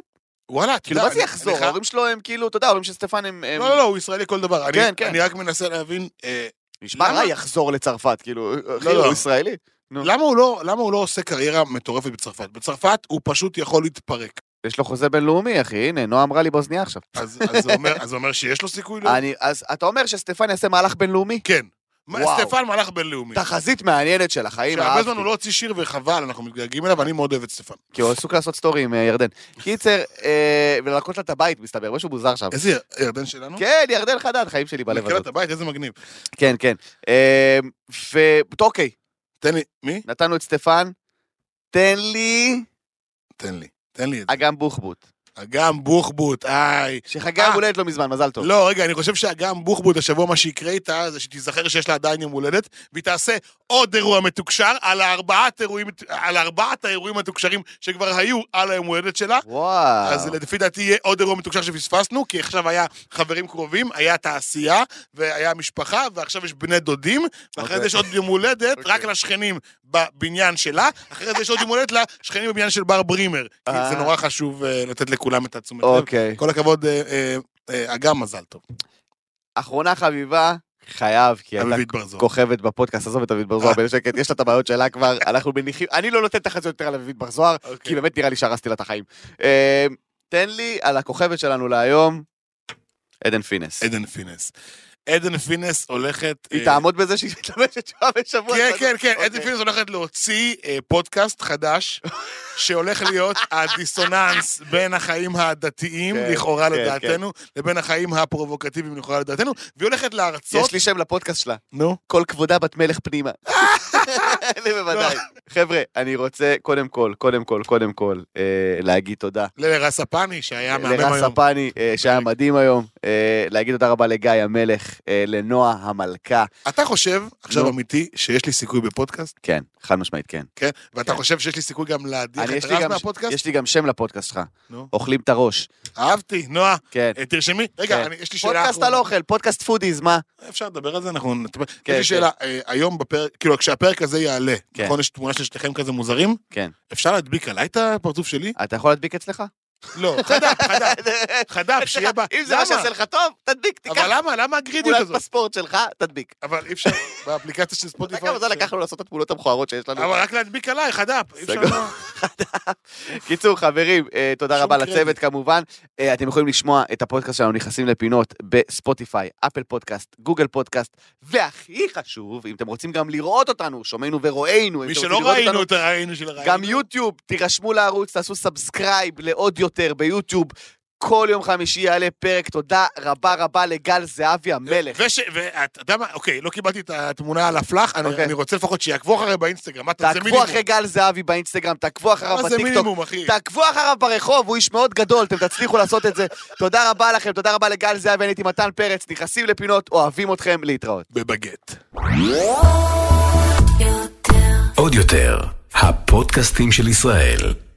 Speaker 3: וואלה, אתה
Speaker 2: כאילו,
Speaker 3: יודע,
Speaker 2: מה זה
Speaker 3: לא, אני-
Speaker 2: יחזור?
Speaker 3: אני חייב-
Speaker 2: ההורים שלו הם כאילו, אתה יודע, ההורים של סטפן הם... הם-
Speaker 3: לא, לא, לא, הוא ישראלי כל דבר. אני-
Speaker 2: כן, כן.
Speaker 3: אני רק מנסה להבין, אה,
Speaker 2: נשמע
Speaker 3: למה?
Speaker 2: רע יחזור לצרפת, כאילו, אחי,
Speaker 3: לא.
Speaker 2: הוא ישראלי. נו.
Speaker 3: למה הוא לא- למה הוא לא עושה קריירה מטורפת בצרפת? בצרפת הוא פשוט יכול להתפרק.
Speaker 2: יש לו חוזה בינלאומי, אחי, הנה, נועה אמרה לי באוזנייה עכשיו.
Speaker 3: אז אז זה אומר- אז זה אומר שיש לו סיכוי? לא?
Speaker 2: אני- אז אתה אומר שסטפן יעשה מהלך בינלאומי?
Speaker 3: כן. מה,
Speaker 2: וואו.
Speaker 3: סטפן מלאך בינלאומי.
Speaker 2: תחזית מעניינת של החיים,
Speaker 3: שהרבה
Speaker 2: אהבתי.
Speaker 3: זמן הוא לא הוציא שיר וחבל, אנחנו מתגעגעים אליו, אני מאוד אוהב את סטפן.
Speaker 2: כי הוא עסוק לעשות סטורי עם אה, ירדן. קיצר, אה, ולנקות לה את הבית, מסתבר, משהו מוזר שם.
Speaker 3: איזה ירדן שלנו?
Speaker 2: כן, ירדן חדד, חיים שלי בלב
Speaker 3: נקלע
Speaker 2: הזאת.
Speaker 3: את הבית, איזה מגניב.
Speaker 2: כן, כן. אה, ו... אוקיי,
Speaker 3: תן לי, מי?
Speaker 2: נתנו את סטפן, תן לי
Speaker 3: תן לי, תן לי את זה.
Speaker 2: אגם בוחבוט,
Speaker 3: אגם בוחבוט, איי.
Speaker 2: שחגג
Speaker 3: אה.
Speaker 2: יום הולדת לא מזמן, מזל טוב.
Speaker 3: לא, רגע, אני חושב שאגם בוחבוט, השבוע מה שיקרה איתה, זה שתיזכר שיש לה עדיין יום הולדת, והיא תעשה עוד אירוע מתוקשר על הארבעת, אירועים, על ארבעת האירועים המתוקשרים שכבר היו על היום הולדת שלה.
Speaker 2: וואו.
Speaker 3: אז לפי דעתי יהיה עוד אירוע מתוקשר שפספסנו, כי עכשיו היה חברים קרובים, היה תעשייה, והיה משפחה, ועכשיו יש בני דודים, ואחרי
Speaker 2: אוקיי.
Speaker 3: זה יש עוד יום הולדת
Speaker 2: אוקיי.
Speaker 3: רק לשכנים בבניין שלה, אחרי זה יש עוד יום הולדת לשכנים בבניין של בר ברימר. כי
Speaker 2: אה.
Speaker 3: זה נורא חשוב אה, לתת לכולם את התשומת לב.
Speaker 2: אוקיי.
Speaker 3: כל הכבוד, אה, אה, אה, אגם מזל טוב.
Speaker 2: אחרונה חביבה, חייב, כי הייתה
Speaker 3: אביבית ברזור.
Speaker 2: כוכבת בפודקאסט, עזוב את אביב בר
Speaker 3: אה.
Speaker 2: זוהר בשקט, יש לה את הבעיות שלה כבר, אנחנו מניחים, אני לא נותן את החצי יותר על אביב בר זוהר,
Speaker 3: כן.
Speaker 2: כי באמת נראה לי שהרסתי לה את החיים. אה, תן לי על הכוכבת שלנו להיום, עדן פינס.
Speaker 3: עדן פינס. עדן פינס הולכת...
Speaker 2: היא
Speaker 3: אה,
Speaker 2: תעמוד בזה שהיא מתלבשת שעה בשבוע.
Speaker 3: כן,
Speaker 2: אתה-
Speaker 3: כן, כן,
Speaker 2: אוקיי.
Speaker 3: עדן פינס הולכת להוציא אה, פודקאסט חדש, שהולך להיות הדיסוננס בין החיים הדתיים,
Speaker 2: כן,
Speaker 3: לכאורה
Speaker 2: כן,
Speaker 3: לדעתנו, לבין החיים הפרובוקטיביים, לכאורה לדעתנו, והיא הולכת להרצות...
Speaker 2: יש לי שם לפודקאסט שלה,
Speaker 3: נו.
Speaker 2: כל כבודה בת מלך פנימה. אני בוודאי. חבר'ה, אני רוצה קודם כל, קודם כל, קודם כל, אה, להגיד תודה
Speaker 3: לרס הפני, שהיה מהמם
Speaker 2: לרס
Speaker 3: היום.
Speaker 2: הפני, אה, שהיה
Speaker 3: באמת.
Speaker 2: מדהים היום. אה, להגיד תודה רבה לגיא המלך, אה, לנועה המלכה.
Speaker 3: אתה חושב, עכשיו
Speaker 2: נו.
Speaker 3: אמיתי, שיש לי סיכוי בפודקאסט,
Speaker 2: כן, חד משמעית, כן.
Speaker 3: כן? ואתה
Speaker 2: כן.
Speaker 3: חושב שיש לי סיכוי גם להדיח
Speaker 2: אני,
Speaker 3: את
Speaker 2: יש לי,
Speaker 3: רז
Speaker 2: גם,
Speaker 3: מהפודקאסט?
Speaker 2: יש לי גם שם לפודקאסט שלך,
Speaker 3: נו.
Speaker 2: אוכלים את הראש.
Speaker 3: אהבתי, נועה.
Speaker 2: כן.
Speaker 3: אה, תרשמי.
Speaker 2: כן.
Speaker 3: רגע, אני- יש לי שאלה
Speaker 2: פודקאסט על אוכל, פודקאסט פודיז, מה?
Speaker 3: אפשר לדבר על זה, אנחנו... נטפל.
Speaker 2: כן,
Speaker 3: יש
Speaker 2: כן.
Speaker 3: לי שאלה, אה, היום בפרק, כאילו, כשהפרק הזה יעלה,
Speaker 2: כן.
Speaker 3: נכון, יש תמונה של שניכם כזה מוזרים?
Speaker 2: כן.
Speaker 3: אפשר להדביק עליי את הפרצוף שלי?
Speaker 2: אתה יכול להדביק אצלך?
Speaker 3: לא, חד"פ, חד"פ, חד"פ, שיהיה בה...
Speaker 2: אם זה מה
Speaker 3: למה?
Speaker 2: שעושה לך טוב, תדביק, תיקח
Speaker 3: אבל למה, למה הגרידיות
Speaker 2: תמונת
Speaker 3: הזאת?
Speaker 2: פספורט שלך, תדביק.
Speaker 3: אבל אי אפשר, באפליקציה
Speaker 2: אתה
Speaker 3: של
Speaker 2: יודע
Speaker 3: ספוטיפיי...
Speaker 2: כמה זמן לקח לנו לעשות את התמונות המכוערות שיש לנו?
Speaker 3: אבל רק להדביק עליי, חד"פ. אי אפשר
Speaker 2: סגור.
Speaker 3: לא-
Speaker 2: קיצור, חברים, אה, תודה
Speaker 3: שום
Speaker 2: רבה
Speaker 3: קרדיט.
Speaker 2: לצוות כמובן. אה, אתם יכולים לשמוע את הפודקאסט שלנו, נכנסים לפינות בספוטיפיי, אפל פודקאסט, גוגל פודקאסט, והכי חשוב, אם אתם רוצים גם לראות אותנו, שומעינו ורואינו, אם
Speaker 3: מי
Speaker 2: אתם
Speaker 3: שלא
Speaker 2: רוצים לראות
Speaker 3: ראינו
Speaker 2: אותנו,
Speaker 3: את הראינו של הראינו.
Speaker 2: גם יוטיוב, תירשמו לערוץ, תעשו סאבסקרייב לעוד יותר ביוטיוב. כל יום חמישי יעלה פרק, תודה רבה רבה לגל זהבי המלך.
Speaker 3: וש- ואתה יודע מה, אוקיי, לא קיבלתי את התמונה על הפלאח, אני-
Speaker 2: אוקיי.
Speaker 3: אני רוצה לפחות שיעקבו אחרי באינסטגרם, מה אתה, זה
Speaker 2: תעקבו
Speaker 3: מינימום.
Speaker 2: אחרי גל זהבי באינסטגרם, תעקבו אחריו
Speaker 3: מה זה
Speaker 2: בטיקטוק,
Speaker 3: מינימום, אחי?
Speaker 2: תעקבו אחריו ברחוב, הוא איש מאוד גדול, אתם תצליחו לעשות את זה. תודה רבה לכם, תודה רבה לגל זהבי, אני הייתי מתן פרץ, נכנסים לפינות, אוהבים אתכם, להתראות.
Speaker 3: בבגט.
Speaker 1: עוד יותר, הפודקאסטים של ישראל.